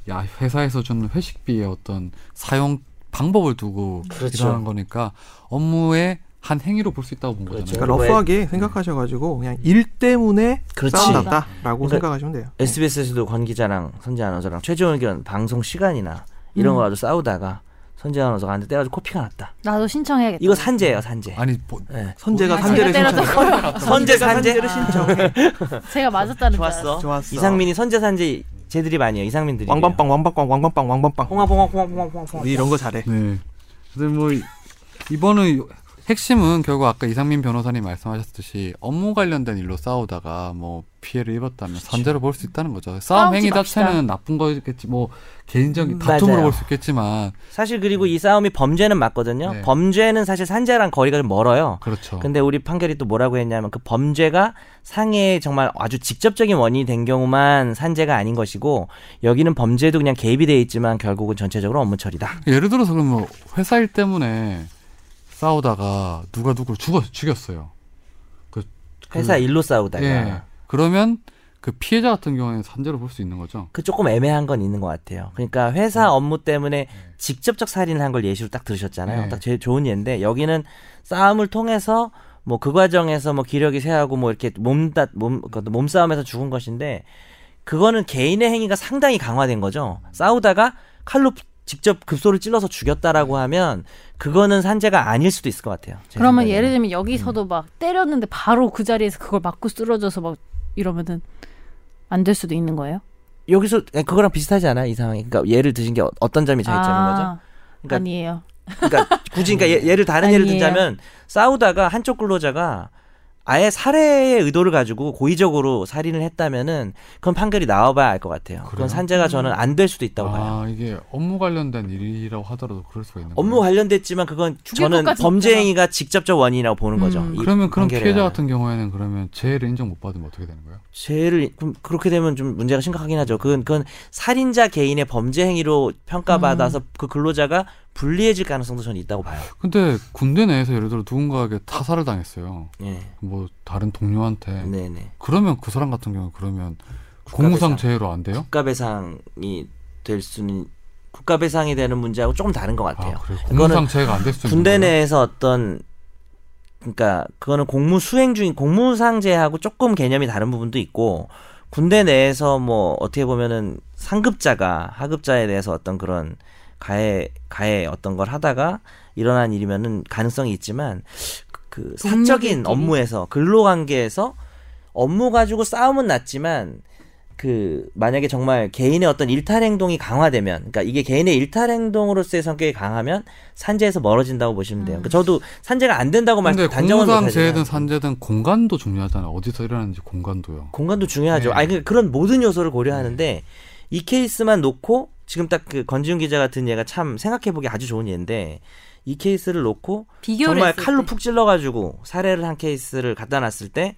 A: 야, 회사에서 주는 회식비의 어떤 사용 방법을 두고
D: 그렇죠.
A: 일어난 거니까 업무의 한 행위로 볼 수 있다고 본
D: 그렇죠.
A: 거잖아요.
C: 그러니까 러프하게 생각하셔가지고 그냥 일 때문에
D: 그렇지.
C: 싸움 났다라고
D: 그러니까
C: 생각하시면 돼요.
D: SBS에서도 권 기자랑 선재 아나운서랑 최종 의견 방송 시간이나 이런
B: 음.
D: 거 가지고 싸우다가 선재 아나운서가 한테 때려가지고 코피가 났다.
B: 나도
C: 네.
B: 신청해야겠다.
D: 이거 산재예요, 산재.
A: 아니 뭐, 보,
D: 예.
C: 선재가
B: 아,
C: 산재를
B: 제가
C: 신청.
D: 선재 산재.
B: 제가 맞았다는 줄 알았어.
D: 좋았어.
C: 아, 좋았어.
D: 이상민이 선재 산재 쟤들이 많이에요. 이상민들이.
C: 왕방빵 왕방빵 왕방빵 왕방빵.
D: 홍아 홍아 홍아 홍아 홍아 홍아.
C: 우리 이런 거 잘해.
A: 네. 근데 뭐 이- 이번은 요- 핵심은 결국 아까 이상민 변호사님 말씀하셨듯이 업무 관련된 일로 싸우다가 뭐 피해를 입었다면
D: 그렇죠.
A: 산재로 볼 수 있다는 거죠. 싸움
B: 싸우지
A: 행위
B: 맙시다.
A: 자체는 나쁜 거겠지 뭐 개인적인
D: 음,
A: 다툼으로
D: 맞아요.
A: 볼 수 있겠지만
D: 사실 그리고 이 싸움이 범죄는 맞거든요.
A: 네.
D: 범죄는 사실 산재랑 거리가 좀 멀어요.
A: 그렇죠.
D: 근데 우리 판결이 또 뭐라고 했냐면 그 범죄가 상해의 정말 아주 직접적인 원인이 된 경우만 산재가 아닌 것이고 여기는 범죄도 그냥 개입이 돼 있지만 결국은 전체적으로 업무 처리다.
A: 예를 들어서 그럼 뭐 회사 일 때문에 싸우다가 누가 누구를 죽었, 죽였어요.
D: 회사
A: 그-
D: 일로 싸우다가
A: 예. 그러면 그 피해자 같은 경우에는 산재로 볼 수 있는 거죠.
D: 그 조금 애매한 건 있는 것 같아요. 그러니까
B: 음.
D: 회사 업무 때문에 직접적 살인을 한 걸 예시로 딱 들으셨잖아요.
A: 네.
D: 딱 제일 좋은 예인데 여기는 싸움을 통해서 뭐 그 과정에서 뭐 기력이 쇠하고 뭐 이렇게 몸다 몸 그것도 몸싸움에서 죽은 것인데 그거는 개인의 행위가 상당히 강화된 거죠. 싸우다가 칼로 직접 급소를 찔러서 죽였다라고 하면 그거는 산재가 아닐 수도 있을 것 같아요. 제
B: 네. 그러면
D: 생각에는.
B: 예를 들면 여기서도
A: 음.
B: 막 때렸는데 바로 그 자리에서 그걸 맞고 쓰러져서 막 이러면은 안 될 수도 있는 거예요.
D: 여기서 네, 그거랑 비슷하지 않아요? 이 상황이. 그러니까 예를 드신 게 어떤 점이 차이점인 그 거죠? 그러니까
B: 아, 아니에요.
D: 그러니까 굳이 그러니까 예- 예를 다른 예를
B: 아니에요.
D: 들자면 싸우다가 한쪽 근로자가 아예 살해의 의도를 가지고 고의적으로 살인을 했다면은 그건 판결이 나와봐야 알 것 같아요. 그건
A: 그래요?
D: 산재가 저는
B: 음.
D: 안 될 수도 있다고 봐요.
A: 아 이게 업무 관련된 일이라고 하더라도 그럴 수가 있는
D: 업무
A: 거예요.
D: 관련됐지만 그건 저는
B: 죽일것까지
D: 범죄 행위가 직접적 원인이라고 보는
B: 음.
D: 거죠. 이
A: 그러면 그런
D: 판결에
A: 피해자
D: 의하면.
A: 같은 경우에는 그러면 재해를 인정 못 받으면 어떻게 되는 거예요?
D: 죄를 그럼 그렇게 되면 좀 문제가 심각하긴 하죠. 그건 그건 살인자 개인의 범죄 행위로 평가받아서
B: 음.
D: 그 근로자가 불리해질 가능성도 저는 있다고 봐요.
A: 근데 군대 내에서 예를 들어 누군가에게 타살을 당했어요.
D: 예.
A: 뭐 다른 동료한테
D: 네, 네.
A: 그러면 그 사람 같은 경우 는 그러면
D: 국가배상.
A: 공무상 재해로 안 돼요?
D: 국가배상이 될 수는 국가배상이 되는 문제하고 조금 다른 것
A: 아 그렇죠.
D: 같아요.
A: 그래
D: 그거는
A: 공무상 재해가 안 될 수도 있는
D: 군대
A: 거예요?
D: 내에서 어떤 그러니까 그거는 공무 수행 중인 공무상제하고 조금 개념이 다른 부분도 있고 군대 내에서 뭐 어떻게 보면은 상급자가 하급자에 대해서 어떤 그런 가해 가해 어떤 걸 하다가 일어난 일이면은 가능성이 있지만 그
B: 동료들끼리?
D: 사적인 업무에서 근로 관계에서 업무 가지고 싸움은 났지만 그 만약에 정말 개인의 어떤 일탈 행동이 강화되면 그러니까 이게 개인의 일탈 행동으로서의 성격이 강하면 산재에서 멀어진다고 보시면 돼요. 그러니까 저도 산재가 안 된다고
A: 근데
D: 뭐 말씀 단정은
A: 공상 재해든
D: 못하지만
A: 산재든 공간도 중요하잖아요. 어디서 일어나는지 공간도요.
D: 공간도 중요하죠.
A: 네.
D: 아니 그러니까 그런 모든 요소를 고려하는데 이 케이스만 놓고 지금 딱 그 건지훈 기자 같은 얘가 참 생각해 보기 아주 좋은 예인데 이 케이스를 놓고
B: 비교를
D: 정말
B: 했을
D: 칼로
B: 때.
D: 푹 찔러가지고 살해를 한 케이스를 갖다 놨을 때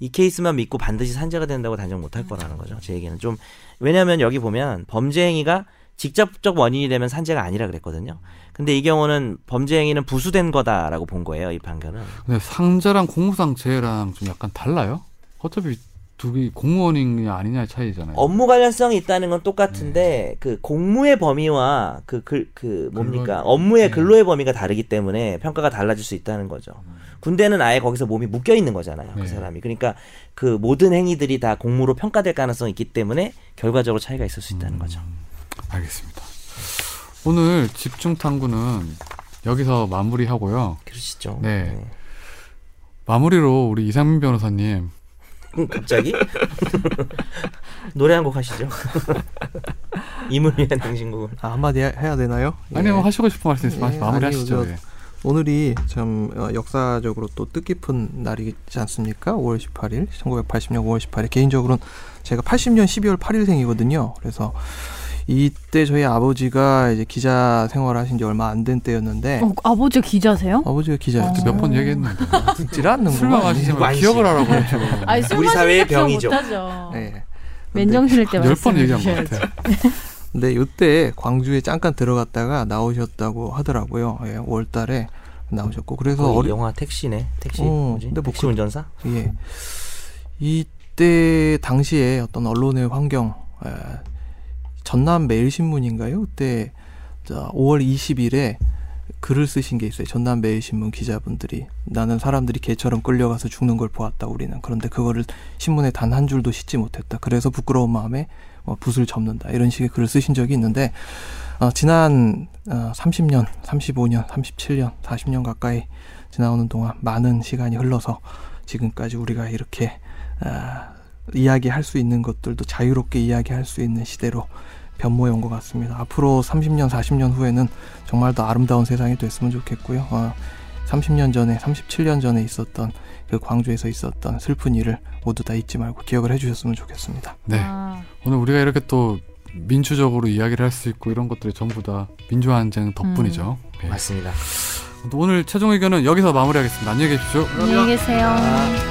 D: 이 케이스만 믿고 반드시 산재가 된다고 단정 못할 거라는 거죠. 제 얘기는 좀 왜냐하면 여기 보면 범죄 행위가 직접적 원인이 되면 산재가 아니라 그랬거든요. 근데 이 경우는 범죄 행위는 부수된 거다라고 본 거예요. 이 판결은.
A: 근데 상자랑 공무상 재해랑 좀 약간 달라요? 어차피 두 개 공무원이냐 아니냐의 차이잖아요.
D: 업무 관련성이 있다는 건 똑같은데 그 공무의 범위와 그 그 그 뭡니까
A: 근로-
D: 업무의
A: 네.
D: 근로의 범위가 다르기 때문에 평가가 달라질 수 있다는 거죠. 군대는 아예 거기서 몸이 묶여 있는 거잖아요.
A: 네.
D: 그 사람이 그러니까 그 모든 행위들이 다 공무로 평가될 가능성이 있기 때문에 결과적으로 차이가 있을 수 있다는 거죠.
A: 알겠습니다. 오늘 집중 탐구는 여기서 마무리하고요.
D: 그러시죠.
A: 네. 마무리로 우리 이상민 변호사님
D: 음, 갑자기 노래 한 곡 하시죠. 임을 위한 당신곡을.
C: 아, 한마디 해- 해야 되나요? 예.
A: 아니면 뭐 하시고 싶은 말씀 있으면
C: 예,
A: 마무리하시죠.
C: 아니요, 오늘이 참 어, 역사적으로 또 뜻깊은 날이지 않습니까? 5월 18일, 1986년 5월 18일. 개인적으로는 제가 80년 12월 8일생이거든요. 그래서 이때 저희 아버지가 이제 기자 생활을 하신 지 얼마 안 된 때였는데
B: 어, 아버지 기자세요?
D: 어.
C: 아버지가 기자였죠.
A: 몇 번 얘기했는데
C: 듣질 않는
A: 술 마시지만
D: 완식.
A: 기억을 하라고 했죠.
B: 아니, 술
D: 우리
B: 마시는
D: 사회의
B: 기억
D: 병이죠.
B: 못하죠.
C: 네.
B: 맨정신일 때
A: 열 번
B: 말씀해
A: 얘기한 것
B: 주셔야죠.
A: 같아요.
C: 근데 이때 광주에 잠깐 들어갔다가 나오셨다고 하더라고요. 예, 5월달에 나오셨고 그래서
D: 거의
C: 어리,
D: 영화 택시네. 택시
C: 어,
D: 뭐지?
C: 근데 뭐
D: 택시
C: 그-
D: 운전사?
C: 예. 이때 당시에 어떤 언론의 환경, 에, 전남 매일신문인가요? 그때 자, 5월 20일에 글을 쓰신 게 있어요. 전남 매일신문 기자분들이 나는 사람들이 개처럼 끌려가서 죽는 걸 보았다. 우리는 그런데 그거를 신문에 단 한 줄도 싣지 못했다. 그래서 부끄러운 마음에 어, 붓을 접는다. 이런 식의 글을 쓰신 적이 있는데 어, 지난 어, 30년, 35년, 37년, 40년 가까이 지나오는 동안 많은 시간이 흘러서 지금까지 우리가 이렇게 아, 이야기할 수 있는 것들도 자유롭게 이야기할 수 있는 시대로 변모해 온 것 같습니다. 앞으로 30년, 40년 후에는 정말 더 아름다운 세상이 됐으면 좋겠고요. 어, 30년 전에, 37년 전에 있었던 그 광주에서 있었던 슬픈 일을 모두 다 잊지 말고 기억을 해주셨으면 좋겠습니다.
A: 네.
B: 아,
A: 오늘 우리가 이렇게 또 민주적으로 이야기를 할 수 있고 이런 것들이 전부 다 민주화 항쟁 덕분이죠. 예.
D: 음. 맞습니다.
A: 오늘 최종 의견은 여기서 마무리하겠습니다. 안녕히 계십시오.
B: 안녕히 계세요.